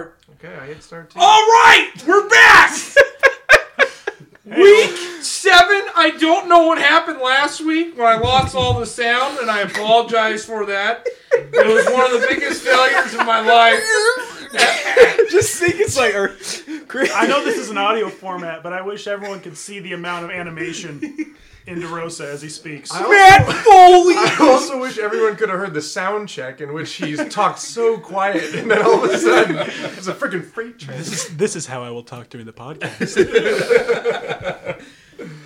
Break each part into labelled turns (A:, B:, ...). A: Okay, I hit start too.
B: All right, we're back. week seven. I don't know what happened last week when I lost all the sound, and I apologize for that. It was one of the biggest failures of my life.
C: Just think it's like, or,
D: I know this is an audio format, but I wish everyone could see the amount of animation in DeRosa as he speaks.
A: I also-
C: Matt Foley.
A: I also wish everyone could have heard the sound check in which he's talked so quiet, and then all of a sudden it's a freaking freight train.
C: This is how I will talk during the podcast.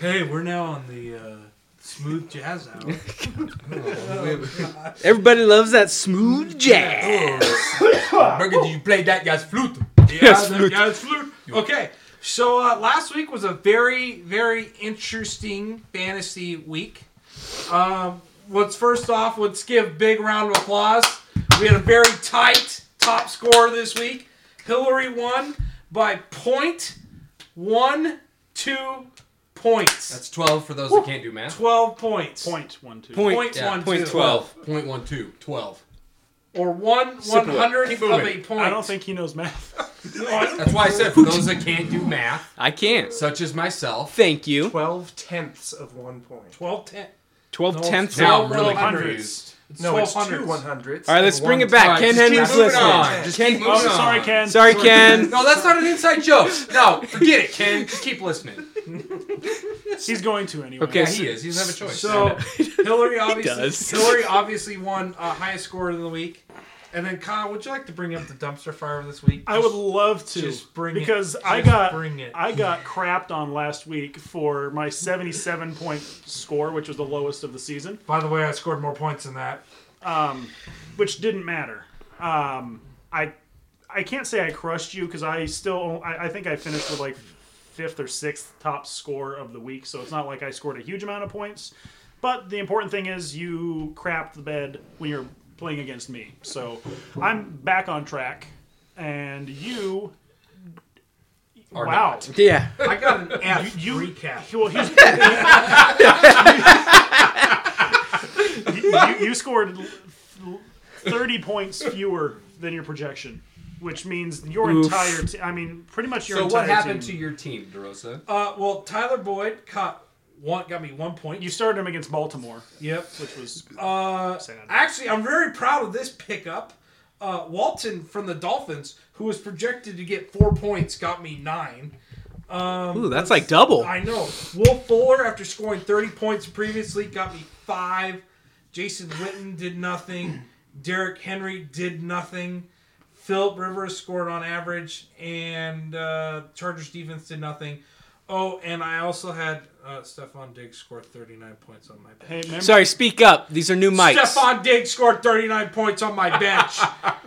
B: Hey, we're now on the uh, smooth jazz hour.
C: Everybody loves that smooth jazz.
B: Burger, did you play that guy's flute? Yeah,
C: Yes,
B: that
C: flute.
B: guy's flute. Okay, so uh, last week was a very, very interesting fantasy week. Um, let's first off, let's give big round of applause. We had a very tight top score this week. Hillary won by point one two points.
E: That's 12 for those that can't do math.
B: twelve points.
D: Point one two.
C: Point-
B: Point
E: yeah,
B: one
C: point
B: two.
C: 12.
E: 0.12. 12.
B: or one one hundredth of a point.
D: I don't think he knows math. Oh,
E: That's why I said for those that can't do math,
C: I can't.
E: such as myself.
C: Thank you.
A: Twelve tenths of one point.
B: twelve ten.
C: Twelve tenths.
B: no.
C: All
E: Now I'm really
B: Hundreds.
E: confused.
A: No, it's two
B: 1200s.
A: one hundredths.
C: right, let's
A: and
C: bring
A: one
C: it back.
E: Alright,
C: Ken
E: just keep
C: Henry's
E: moving
C: listening.
E: on. Just
C: Ken-
E: keep moving
D: Oh,
E: on.
D: sorry, Ken.
C: Sorry, Ken.
E: No, that's not an inside joke. No, forget it, Ken. Just keep listening.
D: He's going to anyway.
C: Okay.
E: Yeah, he is. He doesn't have a choice.
B: So Hillary
C: does.
B: obviously Hillary obviously won uh, highest score of the week. And then Kyle, would you like to bring up the dumpster fire this week?
D: I would love to
B: Just bring it.
D: because I
B: Just
D: got
B: bring it.
D: I got crapped on last week for my 77 point score, which was the lowest of the season,
B: By the way, I scored more points than that.
D: which didn't matter. Um, I I can't say I crushed you because I still I, I think I finished with like fifth or sixth top score of the week, so it's not like I scored a huge amount of points. But the important thing is you crapped the bed when you're playing against me, so I'm back on track, and you.
E: Are
D: wow.
E: not.
C: Yeah.
B: I got an F
D: You- you-
B: recap.
D: Well, he's, you, you- you scored l- l- 30 points fewer than your projection, which means your
C: Oof.
D: entire te- I mean, pretty much your
E: So
D: entire
E: what happened
D: team.
E: to your team, DeRosa?
B: Uh, well, Tyler Boyd caught one, got me one point.
D: You started him against Baltimore,
B: yep.
D: which was
B: Uh,
D: sad.
B: actually, I'm very proud of this pickup. Uh, Walton from the Dolphins, who was projected to get four points, got me nine.
C: Ooh, that's like double.
B: I know. Will Fuller, after scoring 30 points previously, got me five. Jason Witten did nothing. Derek Henry did nothing. Philip Rivers scored on average, and uh, Chargers defense did nothing. Oh, and I also had uh, Stefan Diggs score 39 points on my bench.
D: Hey, remember,
C: Sorry, speak up. These are new mics.
B: Stefan Diggs scored 39 points on my bench.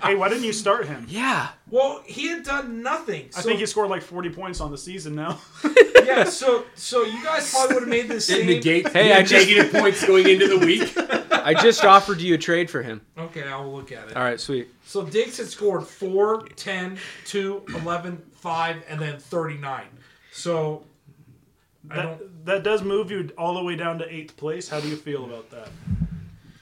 D: hey, why didn't you start him?
C: Yeah.
B: well, he had done nothing. So,
D: I think he scored like 40 points on the season now.
B: yeah, so so you guys probably would have made the same.
C: Hey, I just-
E: negative points going into the week.
C: I just offered you a trade for him.
B: okay, I'll look at it.
C: All right, sweet.
B: So Diggs had scored 4, 10, 2, 11, 5, and then 39. So I
D: That,
B: don't.
D: that does move you all the way down to eighth place. How do you feel about that?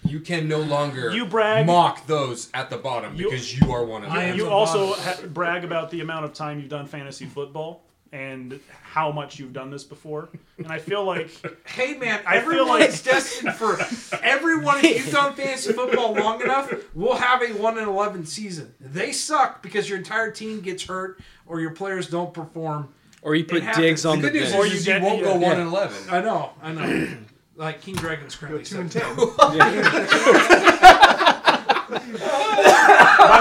E: You can no longer
D: You brag.
E: mock those at the bottom
D: You-
E: because you are one of them.
B: I am-
D: You
B: a
D: also
B: lot.
D: ha- brag about the amount of time you've done fantasy football and how much you've done this before. And I feel like
B: Hey man,
D: I feel
B: everyone's destined for everyone. If you've done fantasy football long enough, we'll have a one and eleven season. They suck because your entire team gets hurt or your players don't perform.
C: Or you put
B: happens.
C: digs on
E: the
C: the
E: good news
C: bench.
D: Or
E: is
D: you
E: you,
D: get-
E: won't go
D: yeah.
E: one and eleven.
B: I know, I know. like King Dragon's
A: Go
B: currently
A: two and
B: seven.
A: ten.
D: By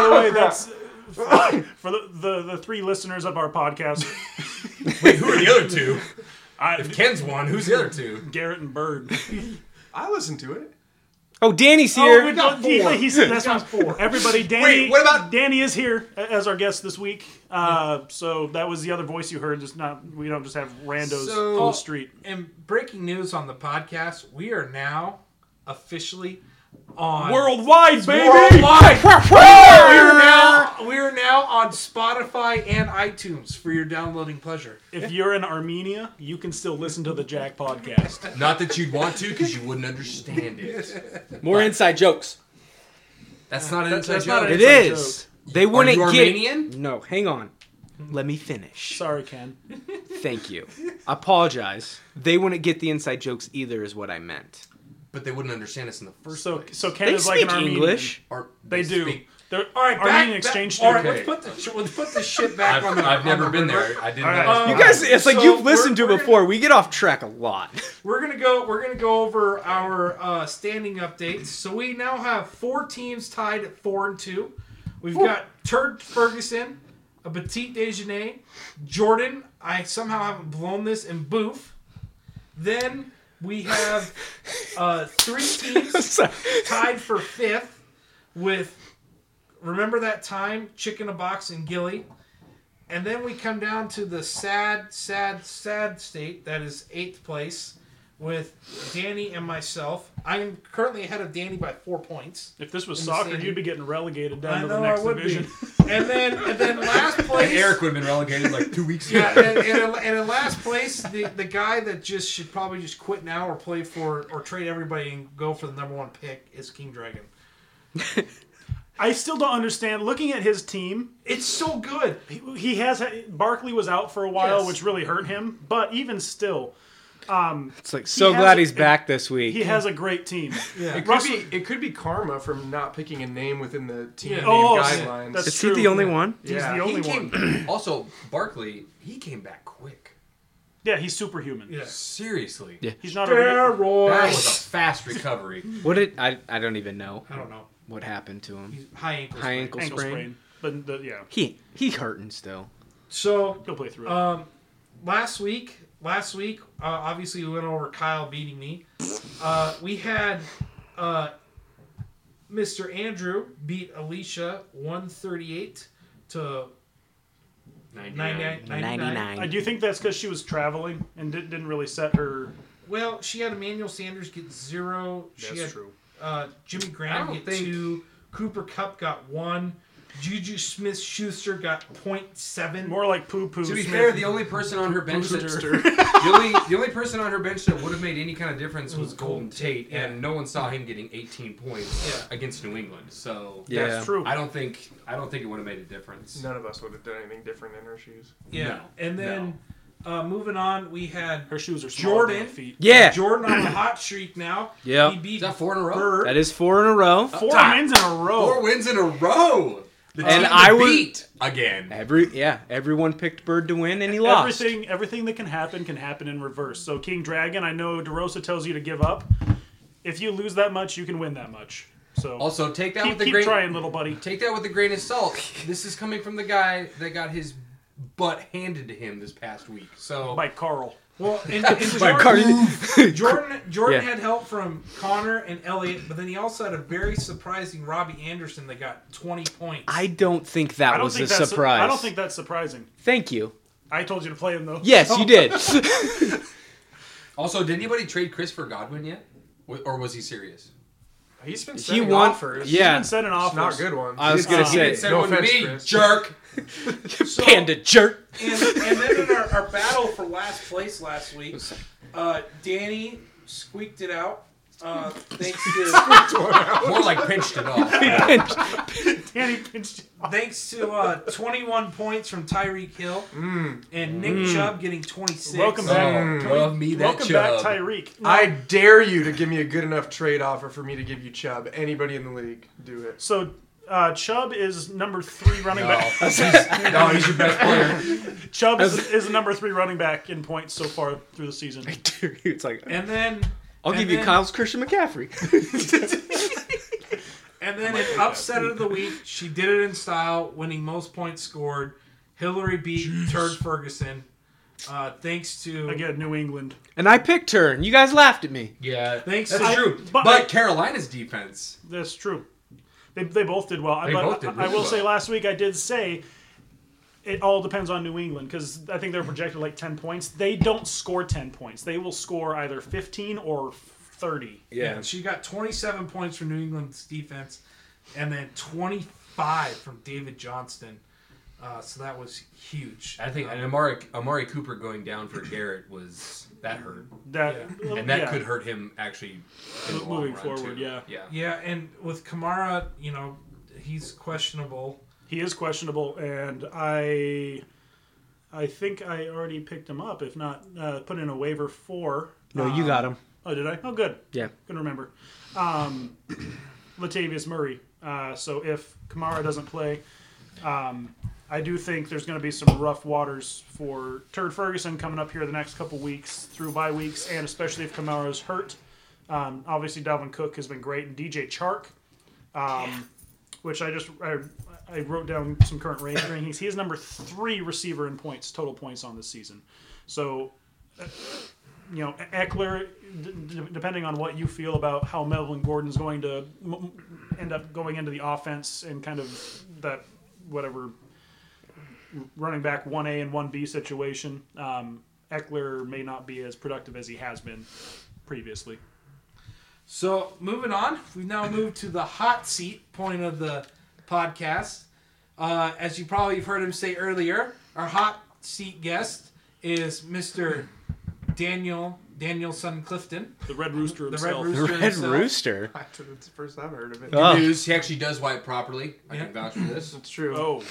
D: the way, that's for the, the, the three listeners of our podcast,
E: Wait, who are the other two?
D: I,
E: Ken's one. Who's the other two?
D: Garrett and Bird.
A: I listened to it.
C: Oh, Danny's here.
D: Oh, we got
B: four.
D: he- he's- that's
B: got
D: what-
B: four.
D: Everybody, Danny.
E: Wait, what about-
D: Danny is here a- as our guest this week. Uh, So that was the other voice you heard. Just not we don't just have randos
B: So-
D: on the street.
B: And breaking news on the podcast: we are now officially on
D: Worldwide, baby.
B: Worldwide. We are now we are now on Spotify and iTunes for your downloading pleasure.
D: If you're in Armenia, you can still listen to the Jack podcast.
E: Not that you'd want to, because you wouldn't understand it.
C: More inside jokes.
E: That's not an inside
B: that's
E: joke.
B: not an
C: It
B: Inside
C: is. They wouldn't
E: you
C: get
E: Armenian?
C: No, hang on. Let me finish.
D: Sorry, Ken.
C: Thank you. I apologize. They wouldn't get the inside jokes either, is what I meant.
E: but they wouldn't understand us in the first
D: So
E: place.
D: so Ken
C: They
D: is like an
C: speak
D: Armenian.
C: English.
E: Or
D: They do.
E: speak-
D: They're
B: All right,
D: Armenian
B: back,
D: exchange
B: Back, all right,
D: student.
B: let's put the sh- let's put this shit back
E: I've,
B: on the.
E: I've
B: on
E: never
B: the
E: been
B: river.
E: there. I didn't.
D: All right. Um,
E: know.
D: You
C: You guys, it's like
B: So
C: you've listened
B: we're-
C: to it before. We get off track a lot.
B: We're gonna go. We're gonna go over our uh, standing updates. So we now have four teams tied at four and two. We've got Turd Ferguson, a Petite Dejeuner, Jordan. I somehow haven't blown this and Boof. Then we have uh, three teams tied for fifth with remember that time chicken a box and Gilly. And then we come down to the sad, sad, sad state that is eighth place with Danny and myself. I'm currently ahead of Danny by four points.
D: If this was
B: In the
D: soccer,
B: city.
D: you'd be getting relegated down
B: I
D: to
B: know
D: the next
B: I would
D: division.
B: be. And then, and then last place.
E: And Eric would have been relegated like two weeks ago.
B: Yeah, and, and, and in last place, the, the guy that just should probably just quit now or play for or trade everybody and go for the number one pick is King Dragon.
D: I still don't understand. Looking at his team,
B: It's so good.
D: he, he has Barkley was out for a while,
B: Yes.
D: which really hurt him. But even still,
C: It's like so
D: has
C: glad
D: a-
C: he's back this week.
D: he has a great team.
B: Yeah.
A: It could,
D: Russell-
A: be, it could be karma from not picking a name within the team
B: Yeah.
A: name
D: Oh,
A: guidelines.
D: that's-
C: is he
D: true.
C: the only one?
D: He's
A: Yeah.
D: the
E: He
D: only
E: came,
D: one.
E: also, Barkley, he came back quick.
D: Yeah, he's superhuman.
B: Yeah.
E: Seriously.
C: Yeah.
D: He's not a
E: That
B: Steroids.
E: was a fast recovery.
C: What did I? I don't even know
B: I don't know.
C: what happened to him.
B: He's high ankle.
C: High
B: sprain.
C: ankle,
D: ankle
C: sprain.
D: sprain. But the, yeah,
C: He he hurting still.
B: So
D: he'll play through it.
B: Um, last week, last week, uh, obviously we went over Kyle beating me. Uh, we had uh, Mr. Andrew beat Alicia one thirty eight to 99.
E: 99.
B: 99.
D: I Uh, do think that's because she was traveling and did, didn't really set her.
B: Well, she had Emmanuel Sanders get zero. she had, Uh, Jimmy
E: I
B: Graham
E: don't
B: get
E: think-
B: two. Cooper Cup got one. Juju Smith Schuster got point seven.
D: More like poo poo.
E: To be fair, the only person on her bench that the only, the only person on her bench that would have made any kind of difference was Golden Tate, and no one saw him getting 18 points against New England. So
C: Yeah.
D: That's true.
E: I don't think I don't think it would have made a difference.
A: None of us would have done anything different in her shoes.
B: Yeah.
E: No,
B: and then uh, moving on, we had
D: her shoes are smaller than
B: Jordan.
D: her feet.
C: Yeah,
B: Jordan on a hot streak now.
C: Yeah.
B: He beat
E: Is that four in a row?
B: Bird.
C: that is four in a row.
D: Four
E: Top.
D: wins in a row.
E: Four wins in a row. The
C: And
E: team
C: I
E: that
C: would-
E: beat again.
C: Every yeah, everyone picked Bird to win, and he lost.
D: Everything, everything that can happen can happen in reverse. So King Dragon, I know DeRosa tells you to give up. If you lose that much, you can win that much. So
E: Also, take that
D: keep,
E: with a
D: keep
E: grain.
D: trying, little buddy.
E: Take that with a grain of salt. this is coming from the guy that got his butt handed to him this past week. So
D: By Carl.
B: Well, and, and Jordan, Jordan, Jordan
C: Yeah.
B: had help from Connor and Elliot, but then he also had a very surprising Robbie Anderson that got 20 points.
C: I don't think that
D: I don't
C: was
D: think
C: a
D: that's
C: surprise.
D: I don't think that's surprising.
C: Thank you.
D: I told you to play him though.
C: Yes, you did.
E: also, did anybody trade Chris for Godwin yet? Wa- Or was he serious?
A: He's been
C: he
A: sending
C: won.
A: offers.
C: Yeah,
D: Been sending
A: It's
D: offers.
A: not good ones.
C: I was gonna
D: Uh,
C: say
E: Send
A: No
E: one to
A: offense,
E: me,
A: Chris.
E: jerk.
B: So-
C: panda jerk.
B: and, and then in our, our battle for last place last week, uh, Danny squeaked it out. Uh, thanks to
E: More like pinched it off.
D: Danny pinched it off.
B: thanks to uh, 21 points from Tyreek Hill
A: Hmm.
B: and Nick
C: Mm.
B: Chubb getting 26.
D: Welcome back.
E: Oh, love me that
D: Welcome
E: chub.
D: back, Tyreek. No,
A: I dare you to give me a good enough trade offer for me to give you Chubb. Anybody in the league, do it.
D: so uh, Chubb is number three running back.
E: No.
A: No, he's your best player.
D: Chubb is, is the number three running back in points so far through the season.
C: it's like
B: And then
C: I'll
B: and
C: give you
B: then-
C: Kyle's Christian McCaffrey.
B: And then an upset of the week, she did it in style, winning most points scored. Hillary beat Turd Ferguson, uh, thanks to
D: Again, New England.
C: and I picked her, and you guys laughed at me.
E: Yeah,
B: Thanks
E: That's
B: to-
E: true.
D: but-
E: But, Carolina's defense.
D: That's true. They, they both did well.
E: They
D: but
E: both did
D: I- I
E: really
D: will say
E: well.
D: last week I did say it all depends on New England because I think they're projected like 10 points. They don't score 10 points. They will score either 15 or 30.
B: yeah. She got 27 points from New England's defense, and then 25 from David Johnston. Uh, so that was huge. Uh,
E: I think and Amari Amari Cooper going down for Garrett was that hurt,
D: That, uh,
E: and that
D: yeah.
E: could hurt him actually in the long
D: Moving
E: run
D: forward,
E: too.
D: yeah.
E: yeah.
B: Yeah, and with Kamara, you know, he's questionable.
D: He is questionable, and I, I think I already picked him up. If not, uh, put in a waiver for.
C: No, you
D: um,
C: got him.
D: Oh, did I? Oh, good.
C: Yeah.
D: Can remember. Um, Latavius Murray. Uh, so if Kamara doesn't play, um, I do think there's going to be some rough waters for Turd Ferguson coming up here the next couple weeks through bye weeks, and especially if Kamara's hurt. Um, obviously, Dalvin Cook has been great, and DJ Chark, um, which I just I, I wrote down some current ra- rankings. He is number three receiver in points, total points on this season. So you know, E-, Eckler, d- d- depending on what you feel about how Melvin Gordon's going to m- m- end up going into the offense and kind of that whatever running back 1A and 1B situation, um, Eckler may not be as productive as he has been previously.
B: So moving on, we've now moved to the hot seat point of the podcast. Uh, as you probably have heard him say earlier, our hot seat guest is Mr. Daniel Danielson Clifton,
D: The Red Rooster
B: the
D: himself.
B: Red Rooster.
C: Red
B: himself.
C: Rooster.
A: That's the first I've heard of it.
C: Oh.
E: News. He actually does wipe properly. I
B: Yeah.
E: can vouch for this.
A: It's true.
D: Oh,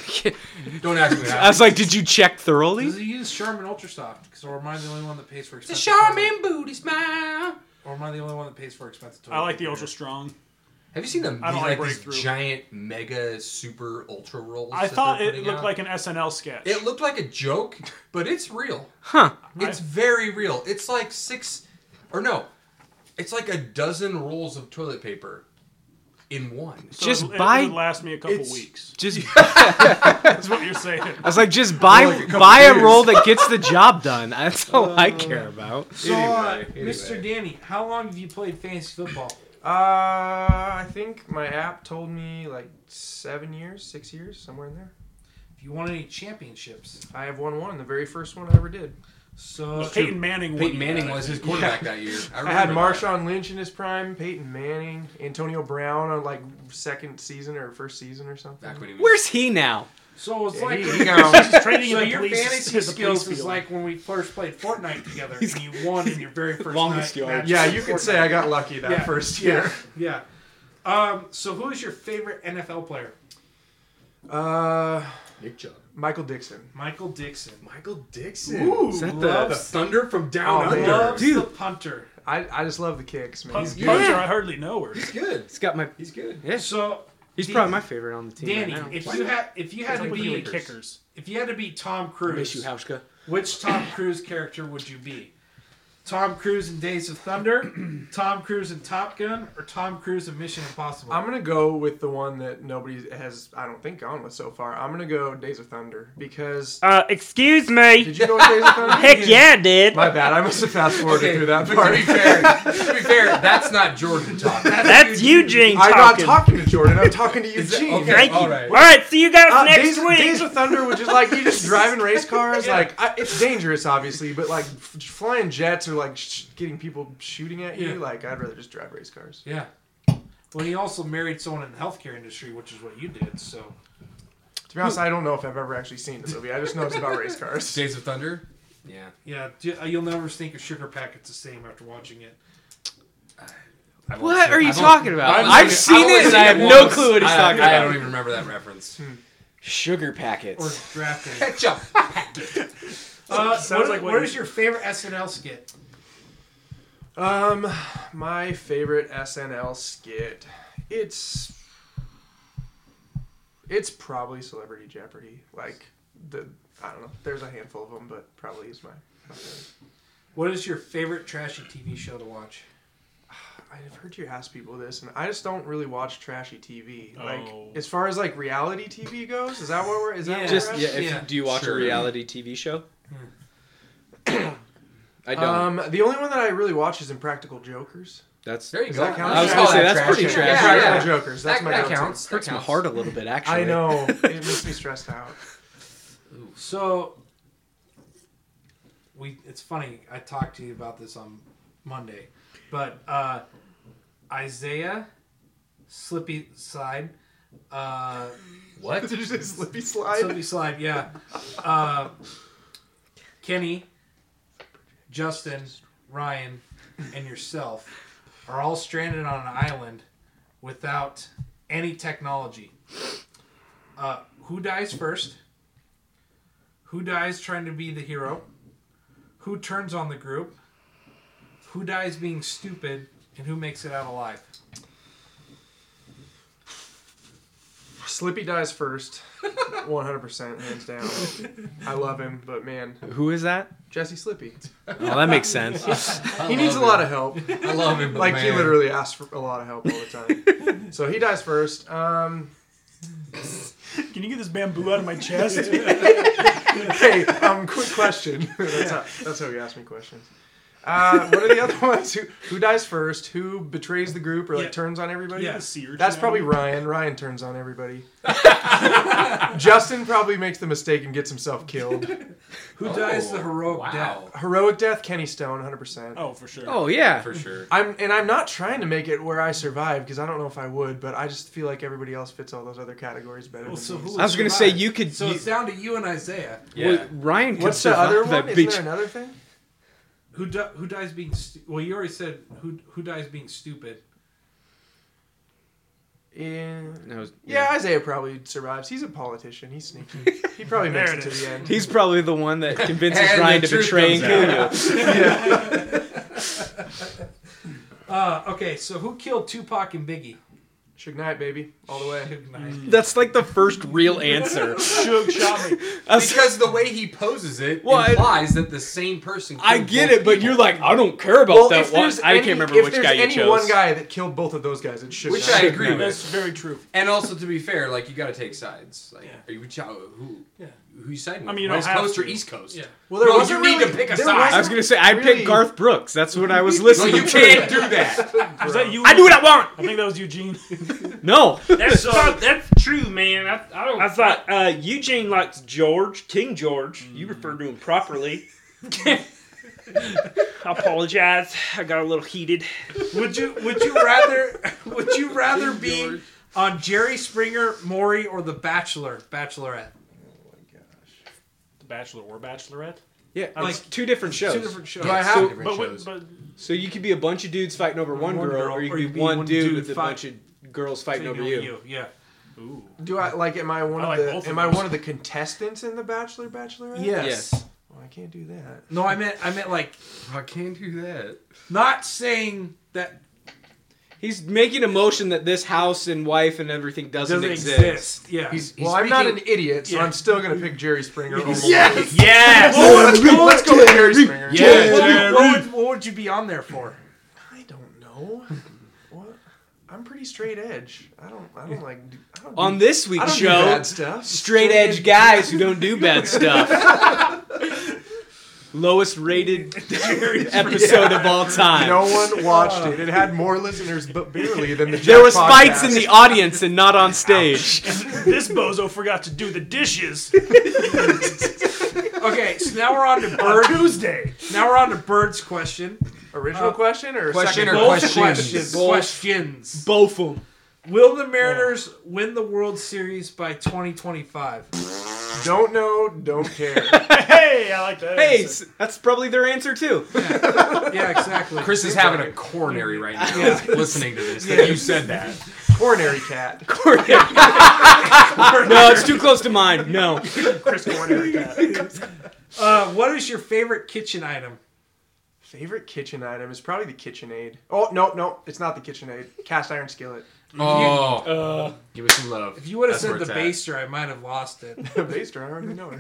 E: Don't ask me
C: I
E: that.
C: was like, did you check
B: Does
C: thoroughly?
B: he use Charmin Ultrasoft? Because or am I the only one that pays for expensive? toilet-
E: booty smile.
B: Or am I the only one that pays for expensive? Toilet
D: I like the
B: paper?
D: ultra strong.
E: Have you seen them?
D: I don't
E: these,
D: like
E: like these
D: Breakthrough.
E: giant, mega, super, ultra rolls.
D: I
E: that
D: thought
E: they're
D: it
E: putting
D: looked
E: out?
D: like an SNL sketch.
E: It looked like a joke, but it's real.
C: Huh.
E: It's very real. It's like six, or no, it's like a dozen rolls of toilet paper in one.
D: So
C: just
D: it, it
C: buy-
D: would last me a couple
C: it's-
D: weeks.
C: Just
D: That's what you're saying.
C: I was like, just buy
E: Well, like a couple
C: buy a
E: years.
C: roll that gets the job done. That's all I care about.
B: So, uh,
E: Anyway, anyway.
B: Mr. Danny, how long have you played fantasy football?
A: Uh, I think my app told me like seven years, six years, somewhere in there.
B: If you won any championships,
A: I have won one, the very first one I ever did.
B: so
D: Peyton Manning. won
E: Peyton
D: that,
E: Manning
D: I
E: was
D: think.
E: his quarterback that year.
A: I had
E: remember that.
A: Marshawn Lynch in his prime, Peyton Manning, Antonio Brown on like second season or first season or something.
E: Back when he was.
C: Where's he now?
B: so it's
A: Yeah,
B: like
A: he- he gone.
D: He's training
B: So
D: in the
B: your
D: police-
B: fantasy
D: the police
B: skills is
D: field.
B: like when we first played Fortnite together and you won in your very first
C: Longest
B: night
C: yard.
B: match
A: yeah,
B: of
A: you
B: Fortnite.
A: could say I got lucky that
B: Yeah,
A: first
B: yeah.
A: year.
B: Yeah. Um, so who is your favorite NFL player?
A: Uh,
E: Nick Chubb.
A: Michael Dixon.
B: Michael Dixon.
E: Michael Dixon.
C: Is that
E: The
C: the
E: Thunder from down
A: Oh,
E: under.
A: man.
B: Loves
C: Dude.
B: the punter.
A: I, I just love the kicks, man.
D: Punch-
A: He's-
D: Puncher, I hardly know her.
E: He's good.
C: He's got my
E: He's good.
C: yeah.
B: So
C: He's probably my favorite on the team.
B: Danny,
C: right now.
B: if you had if you had to
D: Like
B: be
D: the kickers.
B: if you had to be Tom
C: I miss
B: Cruise,
C: you, Hauschka.
B: which Tom Cruise character would you be? Tom Cruise in Days of Thunder, Tom Cruise in Top Gun, or Tom Cruise in Mission Impossible?
A: I'm gonna go with the one that nobody has, I don't think, gone with so far. I'm gonna go Days of Thunder because
F: Uh, excuse me.
A: did you go with Days of Thunder?
F: Heck yeah, I did.
A: My bad. I must have fast forwarded
E: Okay,
A: through that
E: but to
A: part.
E: be fair, to be fair, that's not Jordan talk. That's
F: That's Eugene
A: I'm not
F: talking.
A: talking to Jordan. I'm talking to Eugene.
E: okay,
F: Thank you.
E: all
F: All
E: right.
F: right. see you guys
A: Uh,
F: next
A: Days,
F: week.
A: Days of Thunder, which is like you just driving race cars.
B: Yeah.
A: Like I, it's dangerous, obviously, but like f- flying jets or like sh- getting people shooting at you.
B: Yeah.
A: Like I'd rather just drive race cars.
B: Yeah. Well, he also married someone in the healthcare industry, which is what you did. So
A: To be honest, I don't know if I've ever actually seen the movie. I just know it's about race cars.
E: Days of Thunder. Yeah.
B: yeah, d- uh, you'll never think of Sugar Packet's the same after watching it.
E: I've only
C: What
E: seen-
C: are you
E: I've only-
C: talking about?
E: I've
C: I've
E: only-
C: seen
E: I've only
C: it and I have
E: seen
C: no
E: once.
C: clue what he's
E: I-
C: talking
E: I
C: about.
E: don't even remember that reference.
C: Sugar
B: Or
C: packets.
B: drafting.
E: Ketchup.
B: Uh,
D: Sounds
B: what,
D: like what
B: what
D: you-
B: is your favorite SNL skit?
A: Um, my favorite SNL skit. It's it's probably Celebrity Jeopardy. Like the I don't know. There's a handful of them, but probably is my. my favorite.
B: What is your favorite trashy TV show to watch?
A: I've heard you ask people this, and I just don't really watch trashy TV.
D: Oh.
A: Like as far as like reality TV goes, is that what we're is that
B: Yeah.
A: what
C: Just
A: we're at?
C: yeah. If,
B: Yeah.
C: Do you watch
E: Sure.
C: a reality TV show? I don't.
A: Um, the only one that I really watch is Impractical Jokers.
C: That's
E: There you
A: Does
E: go.
A: that count?
C: I was
A: Yeah.
C: gonna say
A: Yeah.
C: that's pretty
E: Yeah,
C: trashy.
E: yeah,
A: Impractical
E: yeah.
A: Jokers. That's
E: that,
A: my
E: that
A: go-to.
E: counts.
C: hurts
E: that
C: my
E: counts.
C: heart a little bit actually.
A: I know it makes me stressed out.
B: So we it's funny, I talked to you about this on Monday. But uh Isaiah Slippy Slide uh
E: What?
A: Did you say Slippy Slide?
B: Slippy Slide, yeah. Uh Kenny, Justin, Ryan, and yourself are all stranded on an island without any technology. Uh, who dies first, who dies trying to be the hero, who turns on the group, who dies being stupid, and who makes it out alive.
A: Slippy dies first, 100% hands down. I love him, but man,
C: Who is that?
A: Jesse Slippy.
C: Well, Oh, that makes sense.
A: He needs a lot of help.
E: I love him. but
A: Like he
E: man.
A: literally asks for a lot of help all the time. so he dies first. Um,
D: Can you get this bamboo out of my chest?
A: hey, um, quick question. that's, how, that's how you ask me questions. Uh, what are the other ones? Who who dies first? Who betrays the group or like
B: Yeah.
A: turns on everybody?
B: Yeah.
A: That's probably Ryan. Ryan turns on everybody. Justin probably makes the mistake and gets himself killed.
B: Who dies the heroic death?
E: wow.
A: Heroic death, Kenny Stone, 100%.
D: Oh, for sure.
C: Oh yeah.
E: For sure.
A: I'm and I'm not trying to make it where I survive because I don't know if I would, but I just feel like everybody else fits all those other categories better.
B: Well,
A: than
B: so
A: me.
B: who
C: I was
B: would
C: gonna say
B: survive?
C: you could.
B: So
C: you-
B: it's down to you and Isaiah.
E: Yeah.
C: well, Ryan could
A: What's the other
C: survive
A: one?
C: that
A: Is
C: beach.
A: there another thing?
B: Who di- who dies being stu- well? You already said who who dies being stupid.
A: Yeah.
C: No,
A: Yeah, Isaiah probably survives. He's a politician. He's sneaky. He probably makes it
D: There
A: to
D: it is.
A: the end.
C: He's probably the one that convinces
E: And the
C: Ryan to
E: truth
C: betray and
E: comes
C: kill you.
E: out.
B: Uh, okay, so who killed Tupac and Biggie?
A: Suge Knight, baby, all the way.
C: That's like the first real answer.
D: Shook shot me.
C: I was-
E: Because the way he poses it
C: Well, I-
E: implies that the same person.
C: I
E: killed
C: get
E: both
C: it, but
E: people.
C: you're like, I don't care about that one.
A: there's
C: I
A: any-
C: can't remember
A: if
C: which
A: there's
C: guy you
A: any
C: chose.
A: one guy that killed both of those guys, it's Suge
E: Which
A: Knight.
E: I agree with.
D: That's very true.
E: And also, to be fair, like you got to take sides. Like, are you which who?
B: Yeah.
E: Who you siding?
D: I
E: with?
D: mean, you don't
E: West
D: have
E: Coast or
D: to.
E: East Coast?
B: Yeah.
A: Well, there
E: Bro,
A: wasn't
E: you need
A: really-
E: to pick a
A: there
E: side.
A: wasn't
C: I was gonna say I
A: really-
C: picked Garth Brooks. That's what I was
E: No,
C: listening
E: you
C: to.
E: can't do that.
D: Was that you?
C: I do what I want.
D: I think that was Eugene.
C: No,
F: That's
D: So-
F: not- that's true, man. I, I don't. I thought uh, Eugene likes George, King George.
C: Mm.
F: You refer to him properly. I apologize. I got a little heated.
B: Would you would you rather would you rather be on Jerry Springer, Maury, or The Bachelor, Bachelorette?
D: The Bachelor or Bachelorette.
C: yeah,
B: Like,
C: two different shows.
B: Two different shows.
A: Do I have
E: Different
D: But, when,
E: shows.
D: but
C: so you could be a bunch of dudes fighting over one,
B: One
C: girl,
B: girl,
C: or you
B: or
C: could
B: you
C: be,
B: could be
C: one,
B: one
C: dude
B: dude
C: with a
B: fight-
C: bunch of girls fighting over
B: Single
C: you.
B: Yeah.
D: ooh,
A: Do I like? Am I one
D: I
A: of
D: like
A: the?
D: both of
A: am I
D: those.
A: one of the contestants in the Bachelor Bachelorette?
B: Yes.
C: Yes.
A: Well, I can't do that.
B: No, I meant I meant like
E: I can't do that.
B: not saying that
C: He's making a motion that this house and wife and everything doesn't,
B: doesn't
C: exist.
B: exist. Yeah.
E: He's, he's
A: well, I'm not an
E: speaking-
A: idiot, so
B: Yeah.
A: I'm still gonna pick Jerry Springer. over Maury.
B: yes.
F: Yes.
A: Oh, let's go. Let's go with Jerry Springer.
B: What, would, what would- what would you be on there for?
A: I don't know. What? I'm pretty straight edge. I don't. I don't like. do- I don't
C: On
A: do,
C: this
A: I
C: week's
A: don't do bad
C: show,
A: stuff.
C: straight edge guys who don't do bad stuff. Lowest rated episode of all time.
A: No one watched it. It had more listeners, but barely than the.
C: there
A: Jack
C: was fights in
A: podcast.
C: the audience and not on stage.
D: this bozo forgot to do the dishes
B: Okay, so now we're on to
D: on
B: bird.
D: Tuesday.
B: Now we're on to birds question.
A: original question or
E: Question
A: second
E: or
A: one?
B: Both
E: questions.
B: questions.
C: Both.
B: Questions.
C: Both of them.
B: Will the Mariners win the World Series by 2025?
A: Don't know. Don't care.
D: Hey, I like that.
C: Hey, s- that's probably their answer too.
B: Yeah, exactly.
E: Chris is having a coronary right now. Listening to this, that you said that.
A: Coronary cat.
C: no, it's too close to mine. No.
D: Chris Corner. yeah.
B: Uh, what is your favorite kitchen item?
A: Favorite kitchen item is probably the KitchenAid. Oh no, no, it's not the KitchenAid. Cast iron skillet.
E: Oh, give us some love.
B: If you would have
E: That's
B: said
E: where
B: the
E: it's at.
B: baster, I might have lost it.
A: Based on I already know it.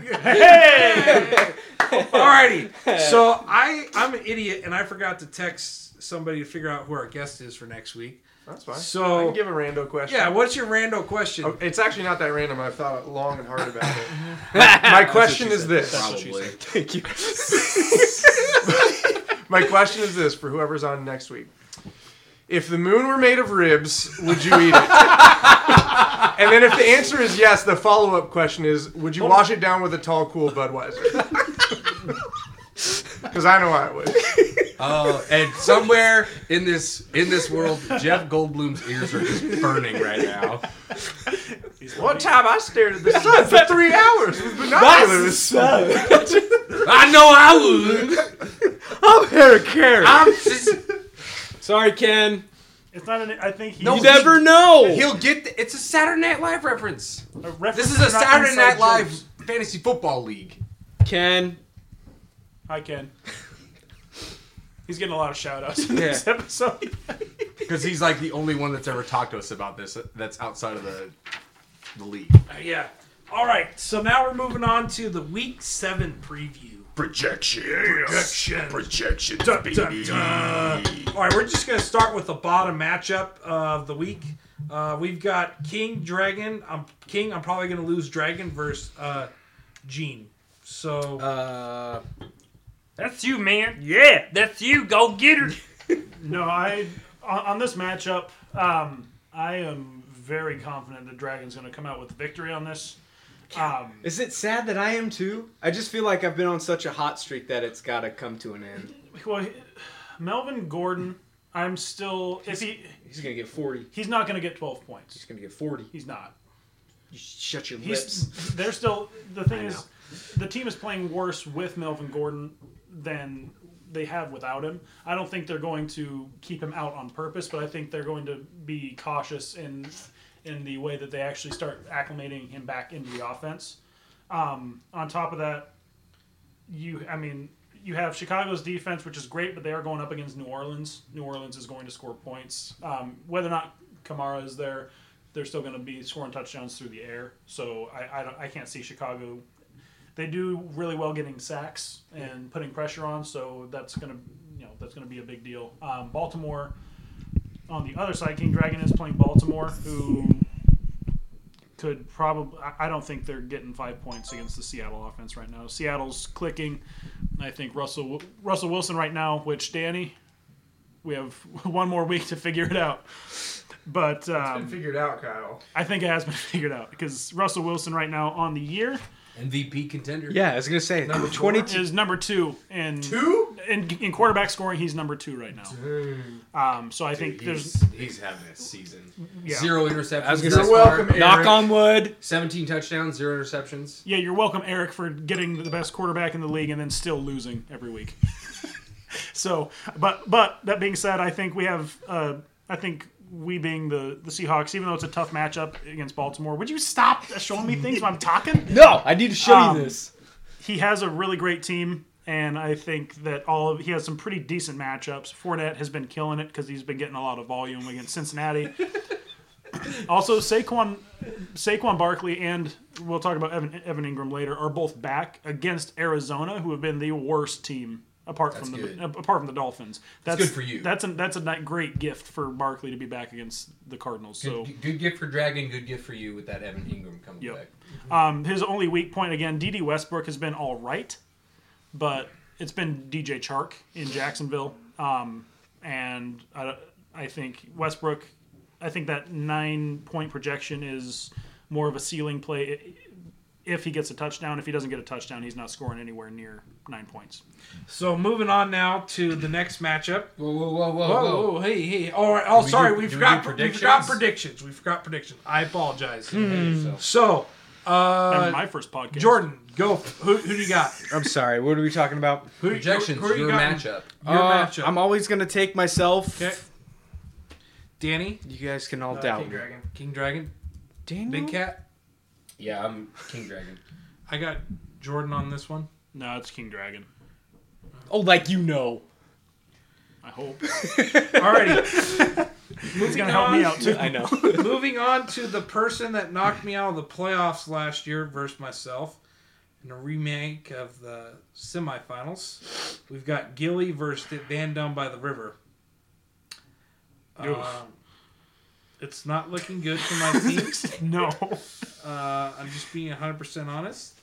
B: Alrighty. So I I'm an idiot and I forgot to text somebody to figure out who our guest is for next week.
A: That's fine.
B: So-
A: I can give a rando question.
B: Yeah, what's your rando question?
A: Oh, It's actually not that random. I've thought long and hard about it. My question is this.
E: probably.
C: Thank you.
A: My question is this for whoever's on next week. If the moon were made of ribs, would you eat it? and then if the answer is yes, the follow-up question is, would you wash it down with a tall, cool Budweiser? Because I know I would.
E: Oh, and somewhere in this in this world, Jeff Goldblum's ears are just burning right now.
A: One time I stared at the sun for three hours with binoculars.
E: I know I would.
C: I'm here to care.
E: I'm just,
C: Sorry, Ken.
D: It's not an. I think he.
C: You never know.
E: He'll get. The, it's a Saturday Night Live reference.
D: a reference
E: This is
D: to
E: a
D: not
E: Saturday
D: inside
E: Night Live
D: jokes.
E: fantasy football league.
C: Ken.
D: Hi Ken. He's getting a lot of shout outs in
C: Yeah.
D: this episode.
E: Because he's like the only one that's ever talked to us about this. That's outside of the the league.
B: Yeah. All right. So now we're moving on to the week seven preview. Projection.
E: Projection.
B: Dun, dun. All right, we're just going to start with the bottom matchup of the week. Uh, we've got King Dragon. I'm King. I'm probably going to lose Dragon versus uh, Gene. So
C: Uh,
F: That's you, man. Yeah, that's you. Go get her.
D: No, I on, on this matchup, um, I am very confident that Dragon's going to come out with victory on this. Um,
C: is it sad that I am too? I just feel like I've been on such a hot streak that it's got to come to an end.
D: well, Melvin Gordon, I'm still if he
C: He's gonna get forty.
D: he's not going to get 12 points.
C: He's gonna get forty.
D: He's not.
C: You shut your lips.
D: He's they're still the thing
C: I
D: is the team is playing worse with Melvin Gordon than they have without him. I don't think they're going to keep him out on purpose, but I think they're going to be cautious in in the way that they actually start acclimating him back into the offense. Um, on top of that, you I mean you have Chicago's defense, which is great, but they are going up against New Orleans. New Orleans is going to score points. Um, whether or not Kamara is there, they're still going to be scoring touchdowns through the air. So I, I, don't, I can't see Chicago. They do really well getting sacks and putting pressure on, so that's going to you know that's going to be a big deal. Um, Baltimore on the other side, King Dragon is playing Baltimore, who could probably. I don't think they're getting five points against the Seattle offense right now. Seattle's clicking. and I think Russell Russell Wilson right now, which Danny, we have one more week to figure it out. But um,
A: figured out, Kyle.
D: I think it has been figured out because Russell Wilson right now on the year
E: MVP contender.
C: Yeah, I was gonna say number twenty-two.
D: is number two in
A: Two?
D: in, in quarterback scoring. He's number two right now. Um, so I think
E: He's,
D: there's
E: he's having a season.
D: Yeah.
E: Zero interceptions.
C: gonna
E: thus
C: say-
E: far.
A: Welcome, Eric.
C: Knock on wood.
E: 17 touchdowns, zero interceptions.
D: yeah. You're welcome, Eric, for getting the best quarterback in the league and then still losing every week. so, but but that being said, I think we have. Uh, I think we being the the Seahawks, even though it's a tough matchup against Baltimore. Would you stop showing me things when I'm talking?
C: No, I need to show
D: Um,
C: you this.
D: he has a really great team, and I think that all of he has some pretty decent matchups. Fournette has been killing it because he's been getting a lot of volume against Cincinnati. also, Saquon, Saquon Barkley, and we'll talk about Evan, Evan Ingram later, are both back against Arizona, who have been the worst team apart from
E: That's
D: the apart from the Dolphins. That's,
E: good for you.
D: That's a that's a ni- great gift for Barkley to be back against the Cardinals. So.
E: Good, good gift for Dragon, good gift for you with that Evan Ingram coming
D: Yep.
E: back.
D: Um, his only weak point again, D.D. Westbrook has been all right, but it's been DJ Chark in Jacksonville, um, and I, I think Westbrook, I think that nine point projection is more of a ceiling play. If he gets a touchdown, if he doesn't get a touchdown, he's not scoring anywhere near nine points.
B: so moving on now to the next matchup.
E: Whoa, whoa, whoa, whoa,
B: Whoa,
E: Oh, whoa.
B: whoa, hey, hey! All right. Oh,
E: we
B: sorry,
E: do-
B: we
E: do we
B: forgot.
E: do
B: We, forgot
E: predictions?
B: predictions. We forgot predictions. I apologize.
E: So-
B: So,
D: And
B: uh,
D: my first podcast,
B: Jordan, go. Who, who do you got?
C: I'm sorry. What are we talking about?
B: Who,
E: Projections,
B: who- who you
E: your
B: got in
E: matchup.
B: Your
C: Uh,
B: matchup.
C: I'm always gonna take myself.
B: okay. Danny,
C: You guys can
G: Uh,
C: all doubt. me.
E: King Dragon,
C: Daniel?
E: Big Cat. Yeah, I'm King Dragon.
B: I got Jordan on this one.
D: No, it's King Dragon.
C: Oh, like you know.
D: I hope
B: Alrighty.
D: he's
B: moving
D: gonna help
B: on,
D: me out too.
C: I know.
B: moving on to the person that knocked me out of the playoffs last year versus myself in a remake of the semifinals. We've got Gilly versus Van Dam by the River.
D: Oof.
B: Um, it's not looking good for my team.
D: No,
B: Uh, I'm just being 100% honest.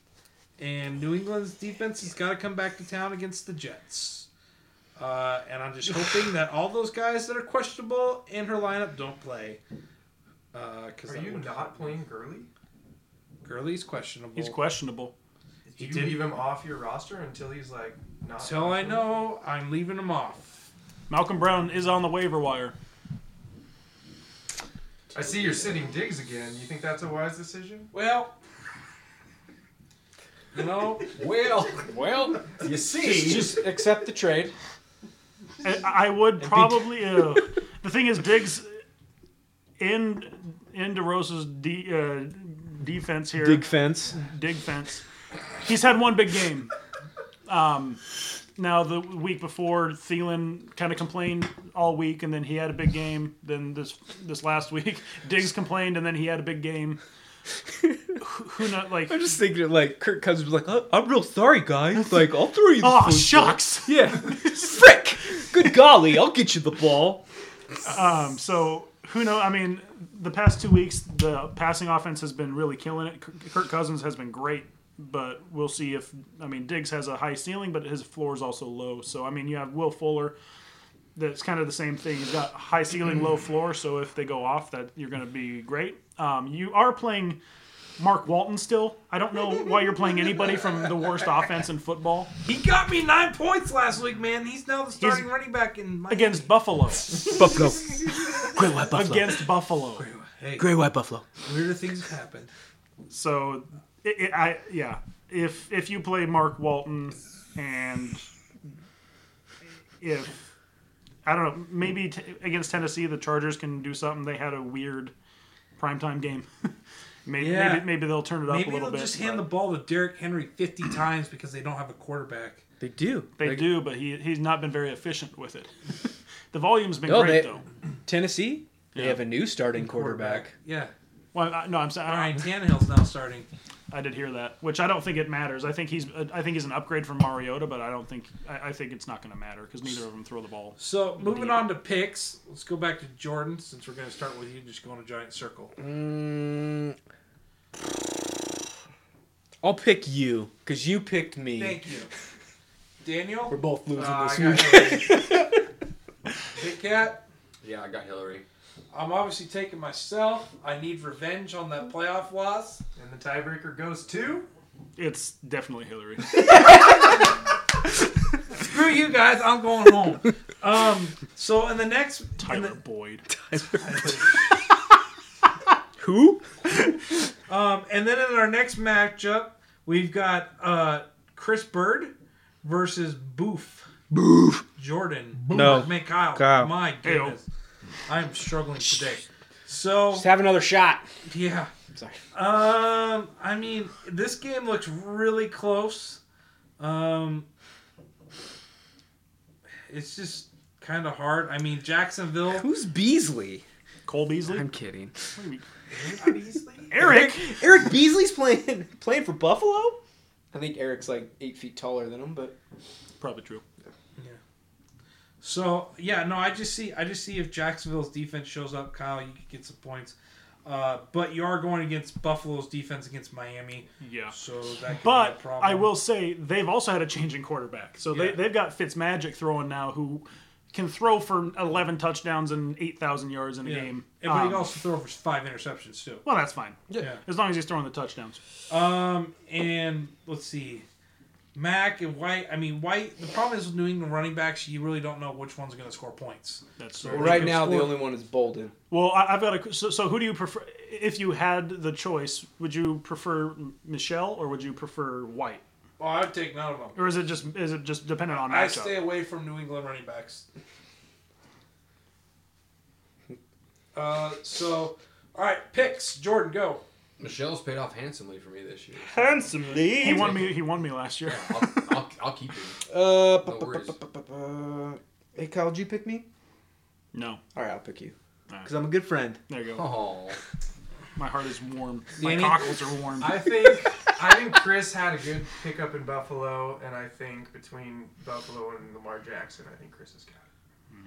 B: And New England's defense has got to come back to town against the Jets. Uh, and I'm just hoping that all those guys that are questionable in her lineup don't play. Uh, 'cause
A: Are
B: that
A: you
B: would-
A: not playing Gurley?
B: Gurley's questionable.
D: he's questionable.
A: Did you
B: did-
A: leave him off your roster until he's like not?
B: Until I know, I'm leaving him off.
D: Malcolm Brown is on the waiver wire.
A: I see you're sitting digs again. You think that's a wise decision?
B: Well, you know,
E: Well,
C: well,
E: you see.
C: accept the trade.
D: I, I would probably. ew. The thing is, Diggs in in DeRosa's de, uh, defense here,
G: Dig fence.
D: dig fence. He's had one big game. Um, now the week before, Thielen kind of complained all week, and then he had a big game. Then this this last week, Diggs complained, and then he had a big game. who, who not like?
G: I'm just thinking of, like Kirk Cousins was like, oh, I'm real sorry, guys. Like I'll throw you. The
C: Ah,
D: Oh
G: football."
D: shucks.
G: Yeah. Frick! Good golly, I'll get you the ball.
D: Um, so who knows? I mean, the past two weeks, the passing offense has been really killing it. Kirk Kirk Cousins has been great, but we'll see if I mean Diggs has a high ceiling, but his floor is also low. So I mean, you have Will Fuller. That's kind of the same thing. He's got high ceiling, low floor. So if they go off, that you're going to be great. Um, you are playing Mark Walton still. I don't know why you're playing anybody from the worst offense in football
B: He got me nine points last week, man. He's now the starting running back in my
D: against Buffalo.
G: Buffalo.
C: Great white buffalo.
D: against Buffalo.
E: Hey,
C: Great white buffalo.
E: weirder things have happened.
D: So, it, it, I yeah, if if you play Mark Walton and if I don't know, maybe t- against Tennessee, the Chargers can do something. They had a weird primetime game. maybe,
B: Yeah.
D: maybe maybe they'll turn it up a
B: Maybe
D: little
B: they'll
D: bit.
B: just hand the
D: but
B: ball to Derrick Henry 50 times because they don't have a quarterback.
G: They do.
D: they
G: Like,
D: do, but he he's not been very efficient with it. the volume's been
G: No,
D: great
G: they-
D: though.
G: Tennessee. They
D: Yeah.
G: have a new starting quarterback.
B: Yeah.
D: Well, I, no, I'm saying I,
B: Ryan Tannehill's now starting.
D: I did hear that, which I don't think it matters. I think he's I think he's an upgrade from Mariota, but I don't think I, I think it's not going to matter because neither of them throw the ball.
B: So moving on to picks, let's go back to Jordan since we're going to start with you. Just go in a giant circle.
G: Mm. I'll pick you because you picked me.
B: Thank you, Daniel.
G: We're both losing
B: Uh,
G: this
B: I got
G: week.
B: Hillary. Big Cat.
E: Yeah, I got Hillary.
B: I'm obviously taking myself. I need revenge on that playoff loss, and the tiebreaker goes to.
D: It's definitely Hillary.
B: Screw you guys. I'm going home. Um. So in the next, in
D: Tyler
B: the,
D: Boyd.
G: Who?
B: Um, and then in our next matchup, we've got uh, Chris Bird versus Boof.
G: Boof.
B: Jordan.
G: No.
B: Man, Kyle.
G: Kyle.
B: My goodness. I am struggling today. So,
G: Just have another shot.
B: yeah.
G: Sorry.
B: Um, I mean, this game looks really close. Um, it's just kind of hard. I mean, Jacksonville.
G: Who's Beasley?
D: Cole Beasley.
C: I'm kidding.
D: Eric.
C: Eric Beasley's playing playing for Buffalo. I think Eric's like eight feet taller than him, but
D: Probably true.
B: So yeah, no, I just see I just see if Jacksonville's defense shows up, Kyle, you could get some points. Uh, but you are going against Buffalo's defense against Miami,
D: Yeah.
B: so that could be
D: But
B: a problem.
D: I will say they've also had a change in quarterback. So
B: Yeah.
D: they, they've got Fitzmagic throwing now who can throw for 11 touchdowns and 8,000 yards in a
B: Yeah.
D: game.
B: And but he
D: Um,
B: can also throw for five interceptions too.
D: well, that's fine.
B: Yeah.
D: As long as he's throwing the touchdowns.
B: Um, and let's see, Mac and White. I mean, White. The problem is with New England running backs, you really don't know which one's going to score points.
D: That's
B: So
D: true.
B: they
C: right
B: could
C: now the
B: score-
C: only one is Bolden.
D: Well, I, I've got a. So, so who do you prefer? If you had the choice, would you prefer Michelle or would you prefer White?
B: Well, I would take none of them.
D: Or is it just is it just dependent on
B: I
D: matchup?
B: stay away from New England running backs. Uh, so, all right, picks. Jordan, go.
E: Michelle's paid off handsomely for me this year.
F: Handsomely.
D: he won me. He won me last year.
E: I'll, I'll, I'll keep it.
C: Uh,
E: No worries.
C: hey Kyle, did you pick me?
D: No,
C: All right, I'll pick you
D: Alright.
C: because I'm a good friend.
D: there you go.
E: Oh,
D: My heart is warm. My
A: Danny?
D: cockles are warm.
A: I think I think Chris had a good pickup in Buffalo, and I think between Buffalo and Lamar Jackson, I think Chris has got it.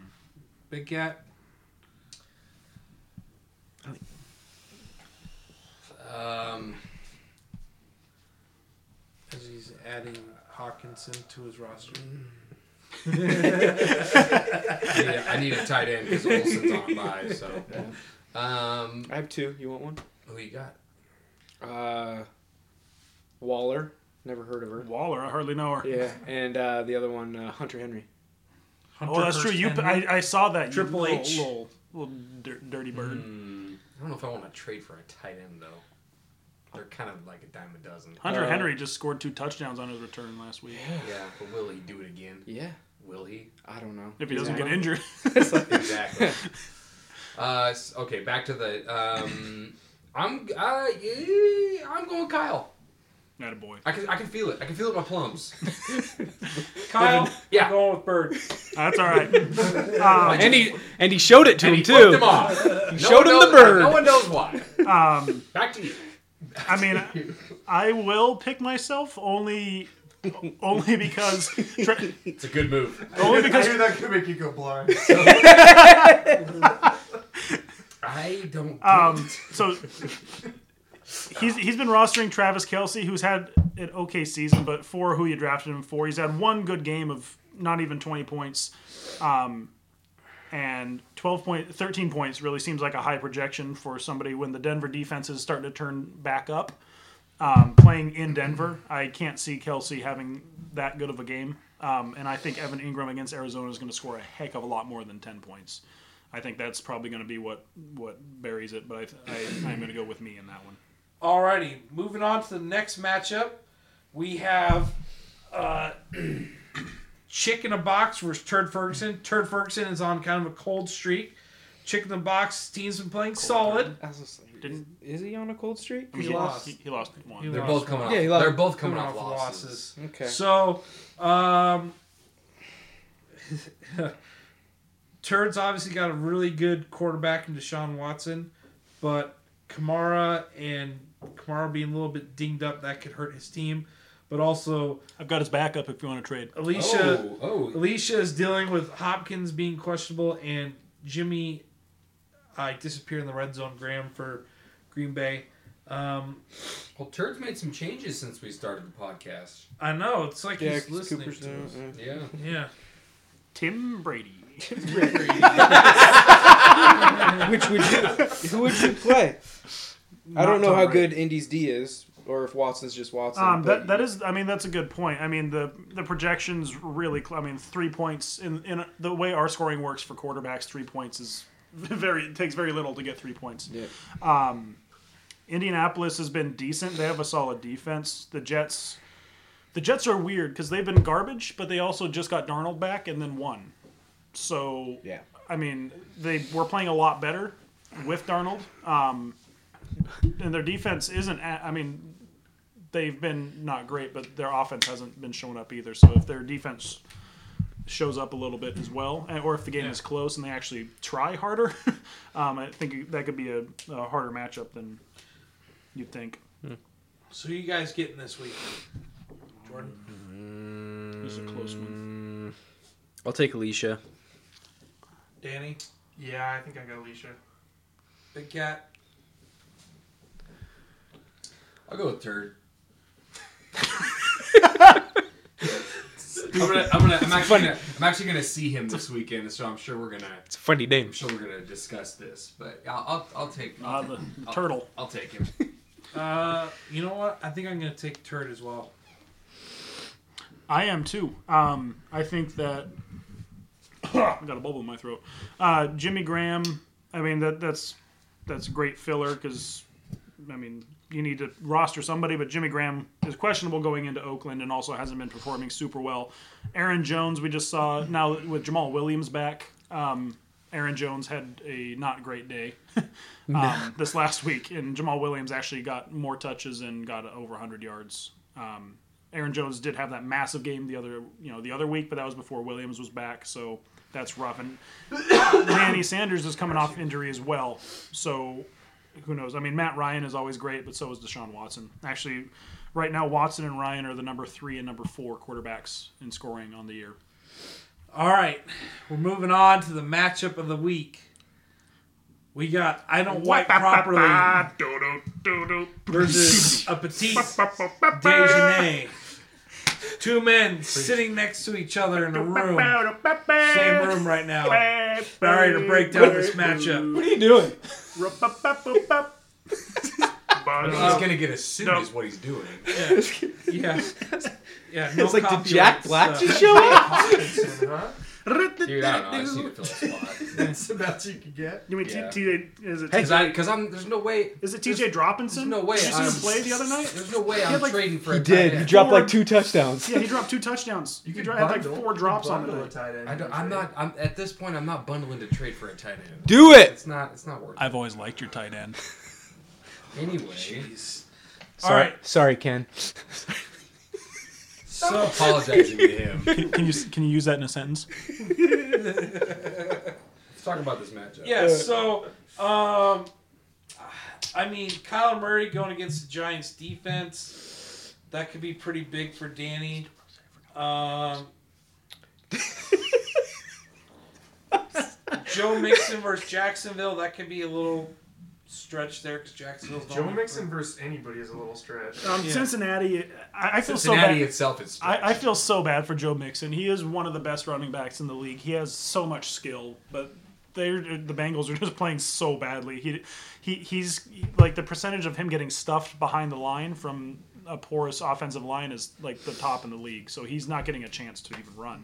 B: Big Cat.
E: um,
B: Because he's adding Hawkinson to his roster.
E: I need a, I need a tight end because Olson's on by. So, um,
C: I have two. You want one?
E: who you got?
C: Uh, Waller. Never heard of her.
D: Waller, I hardly know her.
C: Yeah, and uh, the other one, uh, Hunter Henry.
D: Oh, that's true. You, I, I saw that. you
B: Triple
D: little-
B: H.
D: little, little dir- dirty bird.
C: Mm.
E: Hmm, I don't know if I want to trade for a tight end though. They're kind of like a dime a dozen.
D: Hunter
C: Uh,
D: Henry just scored two touchdowns on his return last week.
E: Yeah, but will he do it again?
C: Yeah,
E: Will he?
C: I don't know.
D: If he doesn't get
C: Exactly.
D: injured.
E: exactly. Uh, s- okay, back to the. Um, I'm uh, yeah, I'm going Kyle.
D: Not a boy.
E: I can I can feel it. I can feel it in my plums.
B: Kyle,
E: Yeah.
B: I'm going with Bird.
D: That's all right.
E: I
D: Um,
C: And he and he showed it to him too.
E: Him off. No
C: showed
E: one
C: him the
E: knows-
C: bird.
E: No one knows why.
D: um,
E: Back to you.
D: I mean, I will pick myself only, only because, tra-
E: It's a good move.
D: only
A: I hear
D: because
A: that could make you go blind.
E: I don't.
D: um, so he's he's been rostering Travis Kelsey, who's had an okay season, but for who you drafted him for, he's had one good game of not even twenty points, um, and 12 point, 13 points really seems like a high projection for somebody when the Denver defense is starting to turn back up. Um, playing in Denver, I can't see Kelsey having that good of a game. Um, and I think Evan Ingram against Arizona is going to score a heck of a lot more than 10 points. I think that's probably going to be what what buries it, but I, th- I I'm going to go with me in that one.
B: Alrighty, moving on to the next matchup. We have uh, Chick in a Box versus Turd Ferguson. Turd Ferguson is on kind of a cold streak. Chick in the Box team's been playing solid.
C: I was just like,
D: Didn't-
C: is he on a cold streak?
D: I mean,
B: He lost.
D: He, he lost one.
B: He
E: They're
B: lost.
E: both coming off.
C: Yeah, he lost.
E: they're both coming, off, losses.
C: Okay.
B: So, um, Turd's obviously got a really good quarterback in Deshaun Watson, but Kamara and Kamara being a little bit dinged up, that could hurt his team. But also,
D: I've got his backup if you want to trade.
B: Alicia.
E: Oh, oh.
B: Alicia is dealing with Hopkins being questionable and Jimmy I disappear in the red zone Graham for Green Bay. Um,
E: Well, Turd's made some changes since we started the podcast.
B: I know it's like
C: yeah,
B: he's
C: 'cause
B: listening
C: Cooper's
B: to us.
C: down, yeah.
E: Yeah.
B: Yeah,
D: Tim Brady.
C: Which would you? Who would you play? I don't
D: Not
C: know how
D: Tom Brady.
C: good Indy's D is, or if Watson's just Watson.
D: Um,
C: but
D: that, that is, I mean, that's a good point. I mean, the the projections really, cl- I mean, three points in in the way our scoring works for quarterbacks, three points is very it takes very little to get three points. Um,
C: Yeah.
D: Indianapolis has been decent. They have a solid defense. The Jets, the Jets are weird because they've been garbage, but they also just got Darnold back and then won. So
C: Yeah.
D: I mean, they were playing a lot better with Darnold, um, and their defense isn't. At, I mean, they've been not great, but their offense hasn't been showing up either. So if their defense shows up a little bit as well, and- or if the game is close and they actually try harder, um, I think that could be a, a harder matchup than you'd think.
B: so who you guys getting this week? Jordan,
D: This is a close one.
C: I'll take Alicia.
B: Danny,
A: yeah, I think I got Alicia.
B: Big Cat.
E: I'll go with Turd. I'm gonna, I'm gonna, I'm actually gonna, I'm actually gonna see him this weekend, so I'm sure we're gonna,
C: It's a funny name.
E: I'm sure we're gonna discuss this. But I'll, I'll, I'll take,
D: Uh,
E: I'll,
D: the,
E: take-
D: the
E: I'll-
D: turtle.
E: I'll take him.
B: Uh, you know what? I think I'm gonna take Turd as well.
D: I am too. Um, I think that I got a bubble in my throat. Uh, Jimmy Graham. I mean that that's that's great filler because I mean you need to roster somebody, but Jimmy Graham is questionable going into Oakland and also hasn't been performing super well. Aaron Jones, we just saw now with Jamal Williams back. Um, Aaron Jones had a not great day um, this last week, and Jamal Williams actually got more touches and got over 100 yards. Um, Aaron Jones did have that massive game the other you know the other week, but that was before Williams was back, so that's rough. And Manny Sanders is coming off injury as well, so who knows? I mean, Matt Ryan is always great, but so is Deshaun Watson. Actually, right now Watson and Ryan are the number three and number four quarterbacks in scoring on the year.
B: All right, we're moving on to the matchup of the week. We got I don't wipe properly versus a petite déjeuner. Two men sitting next to each other in a room,
D: Uh,
B: same room right now. Sorry to break down this matchup.
C: What are you doing?
E: He's gonna get a suit, is what he's doing.
B: Yeah, yeah. No
C: it's like, did
B: copyrights,
C: Jack Black
B: uh,
C: just show up?
A: Hawkinson, huh?
E: Dude, I don't know. I just need to fill a spot.
A: That's the best you could get.
D: You mean
E: Yeah.
D: T- TJ? Is it
E: Because I, because I'm, there's no way,
D: is it TJ Dropinson?
E: there's no way.
D: Did you see
E: I'm-
D: him play the other night?
E: there's no way I'm
D: like-
E: trading for a
G: He
E: tight
G: did. He
E: end.
G: dropped like two touchdowns.
D: Yeah, he dropped two touchdowns. You could had like four drops on the night.
A: tight end.
E: I don't, I'm not. I'm at this point. I'm not bundling to trade for a tight end.
G: Do it.
E: It's not. It's not worth
H: I've always liked your tight end.
E: it. Anyway,
H: All right.
C: Sorry, Ken.
E: stop apologizing to him. Let's
H: Can, can you can you use that in a sentence?
E: talk about this matchup.
B: Yeah, so um I mean Kyler Murray going against the Giants defense, that could be pretty big for Danny. Um Joe Mixon versus Jacksonville, that could be a little stretch there because Jacksonville's
A: Joe
B: going-
A: Mixon versus anybody is a little stretch.
D: Um, Cincinnati. I, I feel
E: Cincinnati
D: so bad.
E: itself is.
D: I, I feel so bad for Joe Mixon. He is one of the best running backs in the league. He has so much skill, but they're the Bengals are just playing so badly. He, he he's like the percentage of him getting stuffed behind the line from a porous offensive line is like the top in the league. So he's not getting a chance to even run.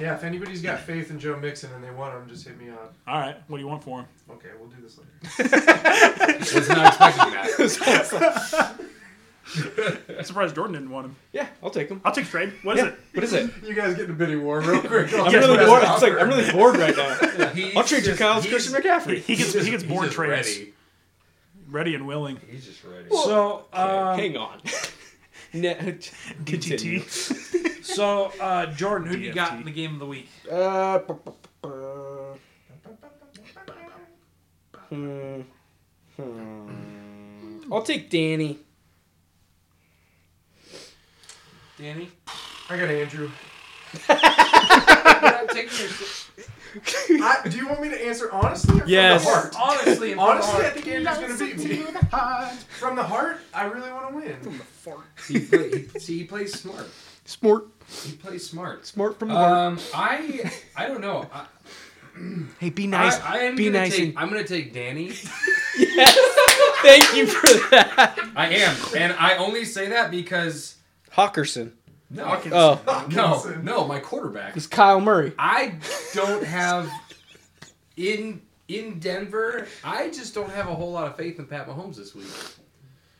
A: Yeah, if anybody's got faith in Joe Mixon and they want him, just hit me up.
D: All right, what do you want for him?
A: Okay, we'll do this later.
E: was not expecting that.
D: I'm surprised Jordan didn't want him.
G: Yeah, I'll take him.
D: I'll take trade. What is
G: Yeah.
D: it?
G: What is it?
A: You guys getting a bidding war real quick.
G: I'm
D: Yes,
G: really
D: but-
G: bored. It's like I'm really bored right now.
E: He's
G: I'll trade you
E: just-
G: Kyle's
E: he's-
G: Christian McCaffrey.
D: He gets he gets
E: he's
D: bored
E: just
D: trades.
E: Ready.
D: ready and willing.
E: He's just ready.
B: So um,
G: Hang on. Net. continue.
D: DGT.
B: so uh Jordan, who do you got in the game of the week?
G: Uh, bu- bu- bu- hmm. Hmm. I'll take Danny.
B: Danny?
A: I got Andrew.
E: I'm taking your
A: I, do you want me to answer honestly or from
G: Yes.
A: the heart?
B: Honestly, in front of
A: Honestly, I
B: our-
A: think Andrew's going to beat me. From the heart, I really want to win.
E: he play, he, see, he plays smart.
G: Smart,
E: He plays smart.
G: smart from the heart.
E: Um, I I don't know. I,
G: Hey, be
E: nice. I, I am
G: be
E: gonna
G: nice
E: Take,
G: and-
E: I'm gonna take Danny.
G: Thank you for that.
E: I am, and I only say that because
G: Hawkerson.
E: no,
G: Oh,
E: no, no, my quarterback.
G: it's Kyle Murray.
E: I don't have in in Denver. I just don't have a whole lot of faith in Pat Mahomes this week.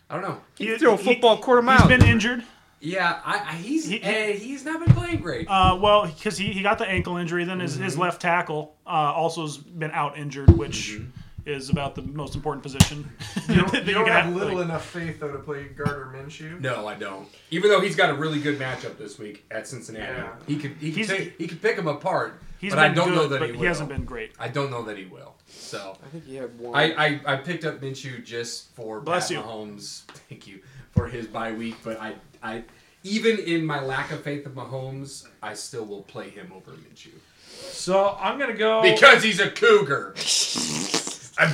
E: I don't know.
D: He,
G: Throw a
D: he-
G: football quarter
D: He's
G: mile.
D: been injured.
E: Yeah, I, I he's
D: He- he-
E: eh, he's not been playing great.
D: Uh, well, because he, he got the ankle injury, then his, his left tackle uh, also has been out injured, which is about the most important position.
A: You don't,
D: that
A: you don't
D: can
A: have little
D: like-
A: enough faith, though, to play Gardner Minshew.
E: No, I don't. Even though he's got a really good matchup this week at Cincinnati,
A: Yeah.
E: he could he could,
D: He's-
E: take, he could pick him apart.
D: He's
E: but
D: been
E: I don't
D: good,
E: know that
D: but
E: he
D: he,
E: will.
D: hasn't been great.
E: I don't know that he will. So
G: I think he had one.
E: I, I, I picked up Minshew just for
D: Bless
E: Pat
D: you.
E: Mahomes. Thank you for his bye week, but I I even in my lack of faith of Mahomes, I still will play him over Minshew
B: So I'm gonna go
E: because he's a cougar.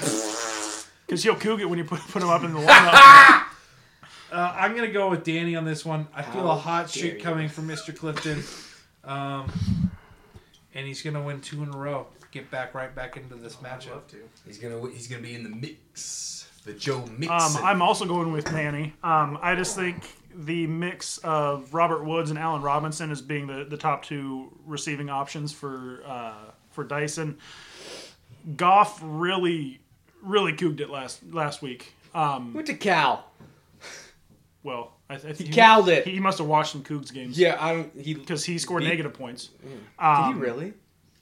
D: Because he'll coog it when you put, put him up in the lineup.
B: Uh, I'm gonna go with Danny on this one. I feel
G: How
B: a hot
G: dare
B: streak
G: you.
B: coming from Mr. Clifton, um, and he's gonna win two in a row. Get back right back into this
A: I'd
B: matchup.
A: love to.
E: He's gonna he's gonna be in the mix, the Joe
D: um,
E: Mixon.
D: I'm also going with Manny. Um, I just think the mix of Robert Woods and Allen Robinson as being the, the top two receiving options for uh, for Dyson. Goff really, really cooged it last last week. Um,
G: went to Cal.
D: Well, I, I think he
G: cowled it.
D: He must have watched some Cougs games.
G: Yeah, I don't. He did
D: Because he scored
G: He-
D: negative points Um,
G: he really?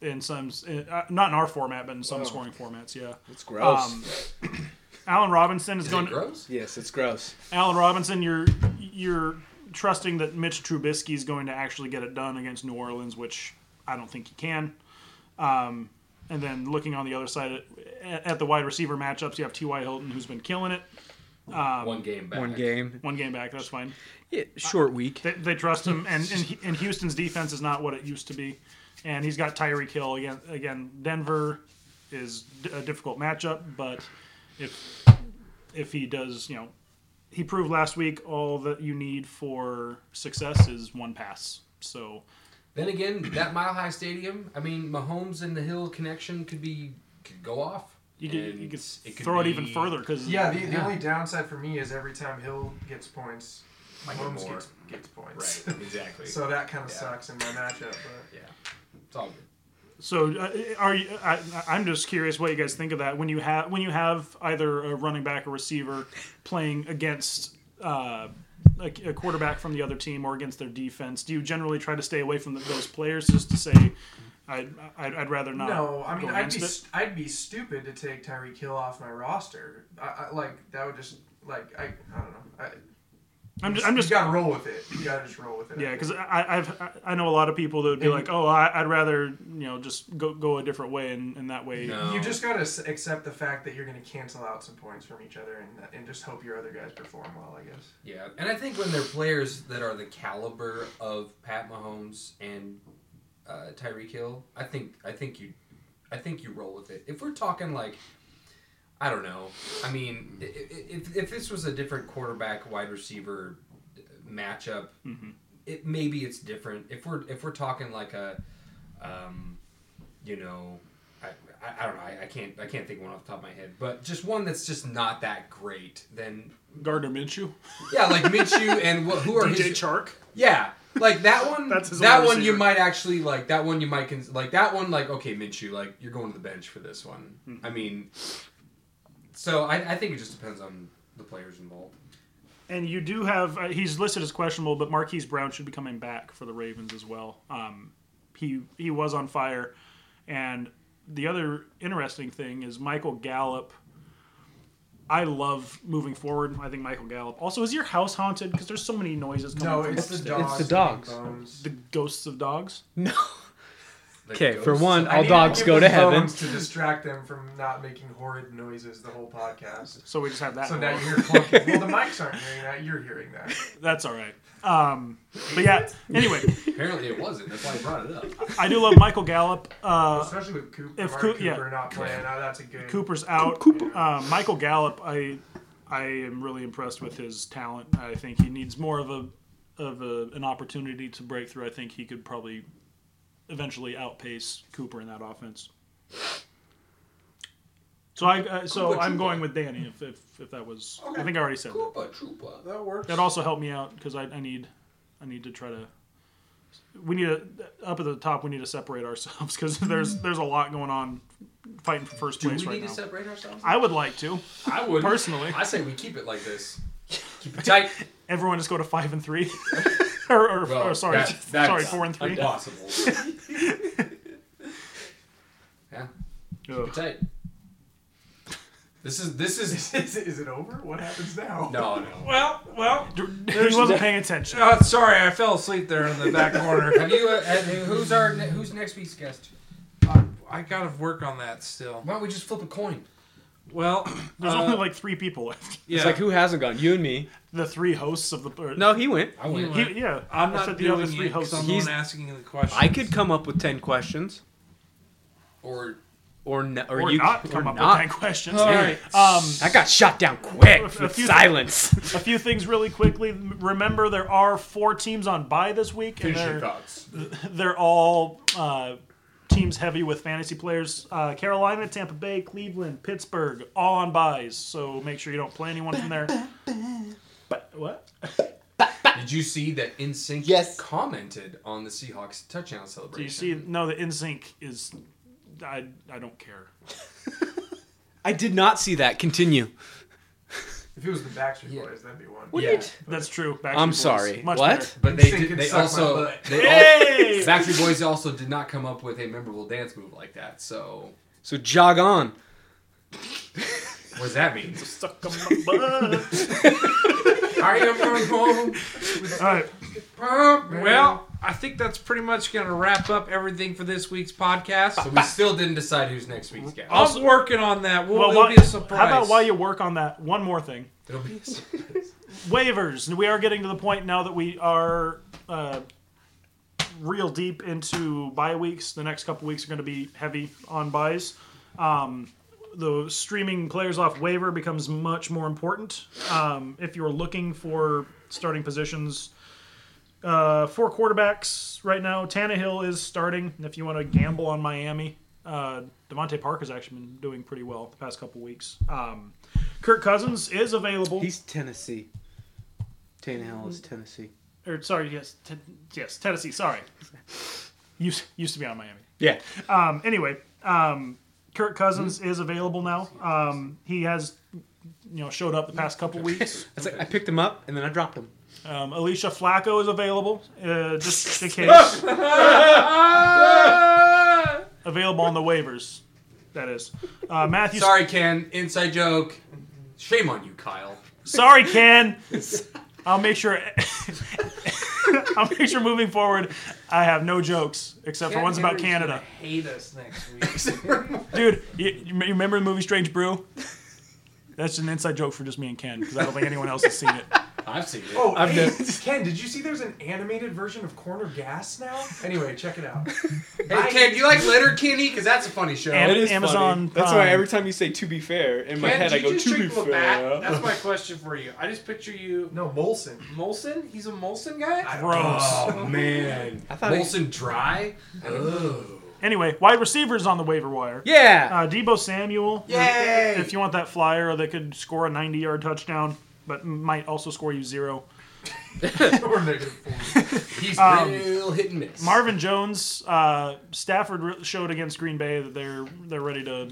D: in some, in, uh, not in our format, but in some scoring formats. Yeah.
G: It's gross.
D: Um, Allen Robinson is,
E: Is
D: going.
E: it gross?
G: yes, it's gross.
D: Allen Robinson, you're you're trusting that Mitch Trubisky is going to actually get it done against New Orleans, which I don't think he can. Um, and then looking on the other side at, at the wide receiver matchups, you have T.Y. Hilton, who's been killing it.
E: one game back.
G: One game.
D: One game back, that's fine.
G: Yeah, short week.
D: They, they trust him, and, and and Houston's defense is not what it used to be, and he's got Tyreek Hill again. Again, Denver is d- a difficult matchup, but if if he does, you know, he proved last week all that you need for success is one pass. So
E: Then again, that Mile High Stadium. I mean, Mahomes and the Hill connection could be could go off.
D: you could,
E: and
D: you could
E: it could
D: throw it even
E: be-
D: further because
A: Yeah, the, the
E: Yeah.
A: only downside for me is every time Hill gets points,
E: Might get
A: Holmes
E: more.
A: gets, gets points.
E: Right, exactly.
A: So that kind of
E: Yeah.
A: sucks in my matchup.
E: yeah, it's all good.
D: So, uh, are you? I, I'm just curious what you guys think of that when you have when you have either a running back or receiver playing against uh, a, a quarterback from the other team or against their defense. Do you generally try to stay away from the, those players just to say, I, I'd, I'd rather not?
A: No, I
D: go
A: mean I'd
D: against
A: be
D: it?
A: st- I'd be stupid to take Tyreek Hill off my roster. I, I, like that would just like I I don't know. I,
D: I'm just, I'm just
A: you gotta roll with it. You gotta just roll with it.
D: Yeah, because I, I've I- I know a lot of people that would be like, oh, I, I'd rather you know just go go a different way, and, and that way.
E: No.
A: You just gotta s- accept the fact that you're gonna cancel out some points from each other, and and just hope your other guys perform well. I guess.
E: Yeah, and I think when they're players that are the caliber of Pat Mahomes and uh, Tyreek Hill, I think I think you, I think you roll with it. If we're talking like, I don't know, I mean, i- i- if if this was a different quarterback wide receiver uh, matchup, it maybe it's different. If we're if we're talking like a, um, you know. I, I, I don't know. I, I can't. I can't think of one off the top of my head. But just one that's just not that great. Then
H: Gardner Minshew.
E: yeah, like Minshew and wh- who are
D: DJ
E: his?
D: Chark.
E: yeah, like that one.
D: That's his
E: that
D: only
E: one you
D: receiver.
E: might actually like. That one you might cons- like. That one like okay, Minshew, like you're going to the bench for this one.
D: Mm-hmm.
E: I mean, so I, I think it just depends on the players involved.
D: And you do have uh, he's listed as questionable, but Marquise Brown should be coming back for the Ravens as well. Um, he he was on fire, and the other interesting thing is Michael Gallup. I love moving forward. I think Michael Gallup. Also, is your house haunted? Because there's so many noises coming
A: No,
D: from
A: it's the
D: upstairs.
A: dogs.
G: the dogs.
A: Bones.
D: the ghosts of dogs.
G: No.
E: The
G: Okay, for
E: ghosts-
G: one,
A: I
G: all
A: need
G: dogs
A: give
G: go to
A: them
G: heaven.
A: bones to distract them from not making horrid noises the whole podcast.
D: So we just have that.
A: So
D: one.
A: now you hear clunking. Well, the mics aren't hearing that. You're hearing that.
D: That's all right. Um, but yeah, anyway,
E: apparently it wasn't. That's why I brought it up.
D: I do love Michael Gallup. Uh,
A: Especially with Coop,
D: if
A: Amari
D: Coop- yeah.
A: Cooper not playing, uh, that's a good.
D: Cooper's out. Uh, Michael Gallup, I I am really impressed with his talent. I think he needs more of a of a, an opportunity to break through. I think he could probably eventually outpace Cooper in that offense. So I uh, so
E: Cooper,
D: I'm going
E: Cooper.
D: with Danny if if, if that was
E: Okay.
D: I think I already said that.
E: Koopa Troopa.
A: That works.
D: That also helped me out because I, I need I need to try to. We need to up at the top. We need to separate ourselves because there's there's a lot going on fighting for first
E: Do we
D: place
E: need
D: right
E: to
D: now.
E: separate ourselves?
D: I would like to
E: I would
D: personally.
E: I say we keep it like this. Keep it tight.
D: Everyone just go to five and three, or, or,
E: Well,
D: or sorry,
E: that- that's
D: sorry four and three.
E: Impossible. yeah.
D: Ugh.
E: Tight. This is this is
A: Is, is it over? What happens now?
E: no no.
B: Well, well.
D: He wasn't paying attention.
B: Oh, sorry, I fell asleep there in the back corner.
E: Have you? Uh, have you- who's our ne- who's next week's guest?
B: I, I gotta work on that still.
E: Why don't we just flip a coin?
B: Well,
D: There's
B: uh,
D: only like three people left.
B: yeah.
G: It's like who hasn't gone? You and me.
D: The three hosts of the or-
C: No, he went.
E: I went.
D: He, yeah,
B: I'm
D: I
B: not
D: said
B: doing
D: the other three
B: it 'cause
D: hosts.
B: I'm the
C: He's-
B: one asking the question.
C: I could come up with ten questions,
E: Or
C: or no, or,
D: Or,
C: you
D: not
C: or
D: come up
C: not.
D: with ten questions.
B: All right.
D: Um,
G: I got shot down quick
D: A- a
G: with
D: few-
G: silence.
D: a few things really quickly. Remember, there are four teams on bye this week, and
E: finish your
D: they're,
E: thoughts.
D: they're all uh, teams heavy with fantasy players. Uh, Carolina, Tampa Bay, Cleveland, Pittsburgh, all on buys. So make sure you don't play anyone from there. But what?
E: Did you see that NSYNC commented on the Seahawks touchdown
D: Do
E: celebration?
D: you see? No, the InSync is. I, I don't care.
C: I did not see that. Continue.
A: If it was the Backstreet
E: Yeah.
A: Boys, that'd be one.
E: Yeah.
D: That's true. Backstreet
C: I'm
D: Boys.
C: sorry.
D: Much
C: what?
D: better.
E: But they
A: NSYNC
E: did,
A: can
E: they
A: suck my
E: also
A: butt.
E: they all,
D: Hey!
E: Backstreet Boys also did not come up with a memorable dance move like that. So
C: So jog on.
E: what does that mean?
D: Suck 'em up.
E: I am going home.
D: All right.
B: Well, I think that's pretty much gonna wrap up everything for this week's podcast.
E: So we still didn't decide who's next week's guest.
B: I'm working on that. We'll,
D: Well,
B: it'll
D: why,
B: be a surprise.
D: how about while you work on that? One more thing.
E: It'll be
D: waivers. We are getting to the point now that we are uh, real deep into bye weeks. The next couple weeks are going to be heavy on buys. Um, the streaming players off waiver becomes much more important. Um, if you're looking for starting positions, uh, four quarterbacks right now. Tannehill is starting. If you want to gamble on Miami, uh, Devontae Park has actually been doing pretty well the past couple weeks. Um, Kirk Cousins is available.
C: He's Tennessee.
D: Mm-hmm.
C: Tannehill is Tennessee.
D: or sorry, yes, t- yes, Tennessee. Sorry, used used to be on Miami.
G: Yeah.
D: Um, anyway, um, Kirk Cousins is available now. Um, he has, you know, showed up the past couple weeks.
G: It's like I picked him up and then I dropped him.
D: Um, Alicia Flacco is available, uh, just in case. available on the waivers. That is. Uh, Matthew.
E: Sorry, Ken. Inside joke. Shame on you, Kyle.
D: Sorry, Ken. I'll make sure. I'll make sure moving forward, I have no jokes except for ones about Canada.
B: Hate us next week.
D: Dude, you, you remember the movie Strange Brew? That's an inside joke for just me and Ken because I don't think anyone else has seen it.
E: I've seen it.
A: Oh, hey, Ken, did you see there's an animated version of Corner Gas now? Anyway, check it out.
E: hey, Ken, do you like Letter Kenny? Because that's a funny show.
D: And-
G: It is
D: Amazon
G: funny. That's
D: Prime.
G: why every time you say "to be fair" in my
B: Man,
G: head, I
B: did you
G: go
B: just
G: "to be
B: drink Labatt?
G: fair."
B: That's my question for you. I just picture you
A: No, Molson.
B: Molson. He's a Molson guy.
D: Gross.
E: Oh man,
G: I thought.
E: Wilson Dry. Oh,
D: Anyway, wide receivers on the waiver wire.
G: yeah.
D: Uh, Debo Samuel.
E: Yay!
D: If you want that flyer that could score a 90 yard touchdown, but might also score you zero.
A: Or negative four.
E: he's
G: Um,
E: real hit and miss.
D: Marvin Jones, uh, Stafford re- showed against Green Bay that they're they're ready to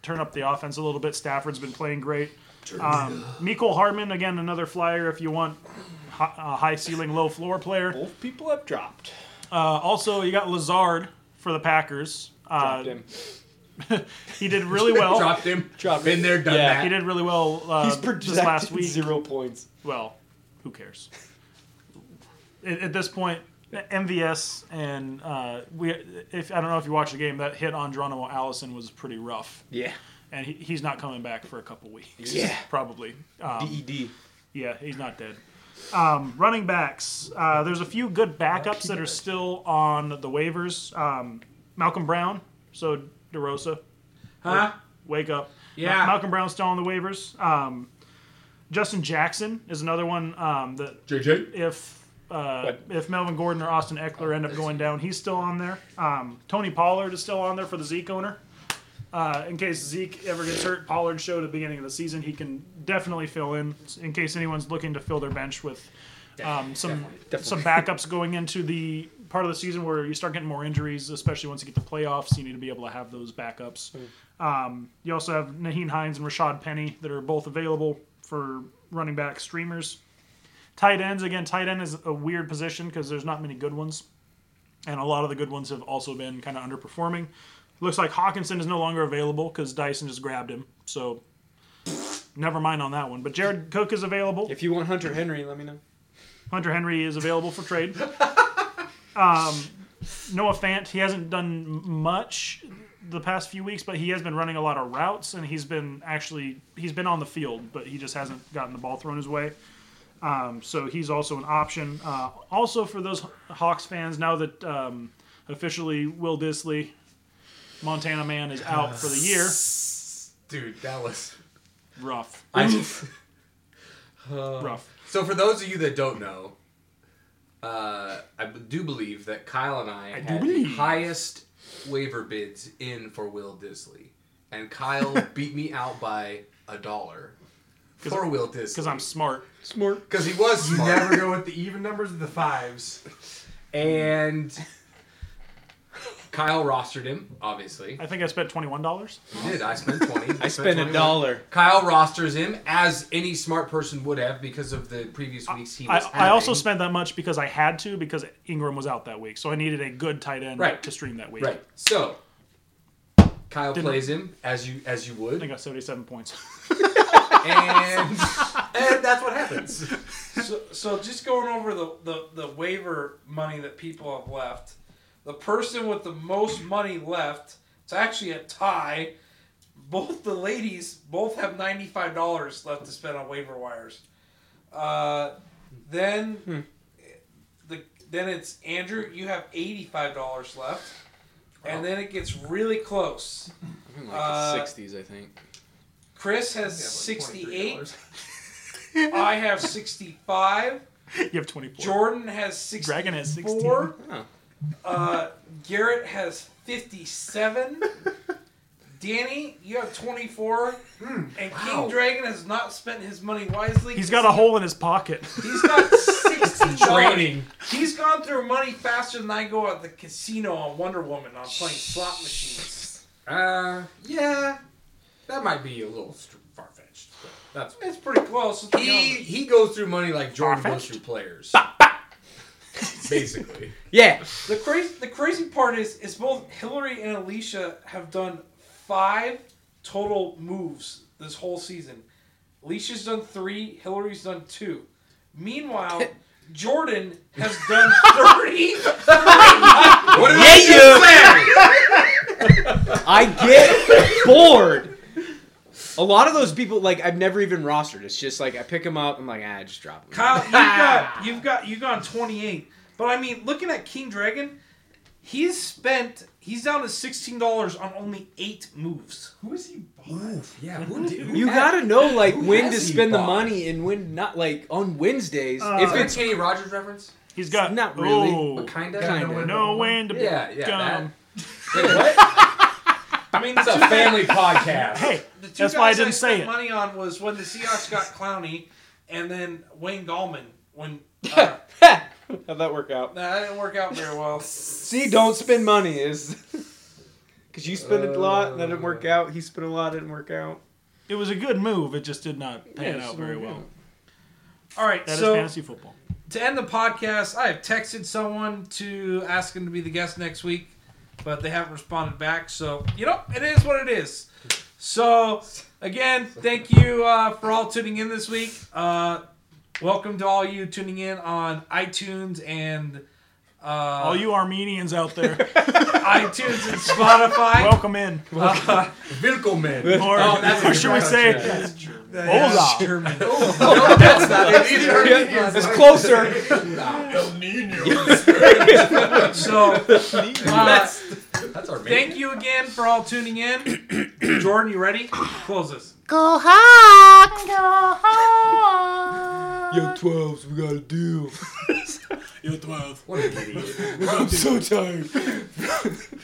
D: turn up the offense a little bit. Stafford's been playing great. Um, Mecole Hardman again, another flyer if you want hi- a high ceiling, low floor player.
G: Both people have dropped.
D: Uh, also, you got Lazard for the Packers. Uh,
G: Dropped him.
D: he did really well.
E: dropped him.
G: Dropped
E: Been
G: him.
E: there, done
G: Yeah.
E: that.
D: he did really well uh,
G: He's
D: this
G: projected
D: last week.
G: zero points.
D: Well, who cares? at, at this point, MVS and uh, we. If I don't know if you watched the game, that hit on Geronimo Allison was pretty rough,
G: Yeah.
D: and he, he's not coming back for a couple weeks.
G: Yeah.
D: probably. Um,
G: DED.
D: yeah, he's not dead. Um, running backs. Uh, there's a few good backups that are still on the waivers. Um, Malcolm Brown. So DeRosa,
B: Huh?
D: wake up.
B: Yeah.
D: Malcolm Brown's still on the waivers. Um, Justin Jackson is another one um, that
E: JJ.
D: if uh, if Melvin Gordon or Austin Eckler end up going down, he's still on there. Um, Tony Pollard is still on there for the Zeke owner. Uh, in case Zeke ever gets hurt, Pollard showed at the beginning of the season he can definitely fill in. In case anyone's looking to fill their bench with um, some some backups going into the part of the season where you start getting more injuries, especially once you get to playoffs, you need to be able to have those backups. Um, you also have Naheen Hines and Rashad Penny that are both available for running back streamers. Tight ends again. Tight end is a weird position because there's not many good ones, and a lot of the good ones have also been kind of underperforming. Looks like Hawkinson is no longer available because Dyson just grabbed him. So never mind on that one. But Jared Cook is available.
G: If you want Hunter Henry, let me know.
D: Hunter Henry is available for trade. um, Noah Fant, he hasn't done m- much the past few weeks, but he has been running a lot of routes and he's been actually he's been on the field, but he just hasn't gotten the ball thrown his way. Um, so he's also an option. Uh, also for those Hawks fans, now that um, officially Will Disley, Montana man, is out for the year,
E: Dude, that was.
D: rough,
E: I just.
D: rough.
E: So for those of you that don't know, uh, I b- do believe that Kyle and I, had the highest waiver bids in for Will Disley, and Kyle beat me out by a dollar for Will
D: Because
E: Disley
D: I'm smart.
G: Smart.
E: because he was
A: You
E: smart.
A: never go with the even numbers of the fives.
E: and Kyle rostered him. Obviously,
D: I think I spent twenty one dollars.
E: he did. I spent twenty.
G: I spent a
E: 21.
G: dollar.
E: Kyle rosters him as any smart person would have because of the previous weeks he was.
D: I, I also
E: having.
D: spent that much because I had to because Ingram was out that week, so I needed a good tight end
E: Right.
D: to stream that week.
E: Right. So Kyle
D: Didn't-
E: plays him as you as you would,
D: I
E: and
D: got seventy-seven points.
E: and that's what happens.
B: so, so just going over the, the, the waiver money that people have left, the person with the most money left, it's actually a tie. Both the ladies both have $95 left to spend on waiver wires. Uh, then the then it's Andrew, you have $85 left. And then it gets really close.
G: I'm in
B: the
G: I
B: Uh,
G: think.
B: Chris has
A: Yeah, like $23.
B: 68. I have 65.
D: you have twenty-four.
B: Jordan has 64.
D: Dragon has 16.
B: Uh, Garrett has 57. Danny, you have 24, and King Dragon has not spent his money wisely.
D: He's got a hole in his pocket.
B: He's got 60
E: Draining.
B: He's gone through money faster than I go at the casino on Wonder Woman on playing slot machines.
E: Uh, yeah, that might be a little far fetched. That's
B: It's pretty close. It's
E: he
B: young.
E: he goes through money like Jordan goes through players. Basically,
C: Yeah.
B: The crazy the crazy part is is both Hillary and Alicia have done five total moves this whole season. Alicia's done three, Hillary's done two. Meanwhile, Jordan has done thirty.
E: what did
C: Yeah, you. I get bored. A lot of those people, like I've never even rostered. It's just like I pick them up. I'm like, ah, just drop them.
B: Kyle, you've got you've got you've gone twenty eight. But I mean, looking at King Dragon, he's spent he's down to sixteen dollars on only eight moves.
E: Who is he? yeah, who did, who
C: You
E: had-
C: gotta know like
E: Who
C: when
E: has
C: to
E: he
C: spend the
E: bought?
C: money and when not. Like on Wednesdays,
D: Uh,
C: if
E: Is that
C: it's
E: a Kenny Rogers reference?
D: He's got
C: Not really.
D: Oh,
E: But kinda.
C: Kinda.
E: No,
D: no when to
E: Yeah, yeah.
D: gum.
E: That. Wait, what?
B: I mean,
E: It's a family podcast.
D: Hey,
B: The two
D: that's
B: guys
D: why I didn't
B: spent
D: say it.
B: money on was when the Seahawks got Clowney, and then Wayne Gallman. When uh,
C: how'd that work out?
B: that didn't work out very well.
C: See, don't spend money is because you spend a lot that didn't work out. He spent a lot, didn't work out.
D: It was a good move. It just did not pan
C: Yeah,
D: out
C: so,
D: very
C: yeah.
D: well.
B: All right,
D: That is
B: so
D: fantasy football.
B: to end the podcast, I have texted someone to ask him to be the guest next week, but they haven't responded back. So you know, it is what it is. So again, thank you uh, for all tuning in this week. Uh, welcome to all you tuning in on iTunes and uh,
D: All you Armenians out there,
B: iTunes and Spotify.
D: welcome in.
B: Uh,
E: Vilkomen.
D: Or,
E: Oh, that's
D: or should we say,
B: That's
D: Hola.
B: German.
E: No, that's not it either.
C: It's closer.
B: So, uh,
E: That's that's our main.
B: thank you again for all tuning in. Jordan, you ready? Close this.
I: Go Hawks! Go Hawks!
G: Yo, 12s, we gotta do.
E: What an idiot.
G: I'm so tired.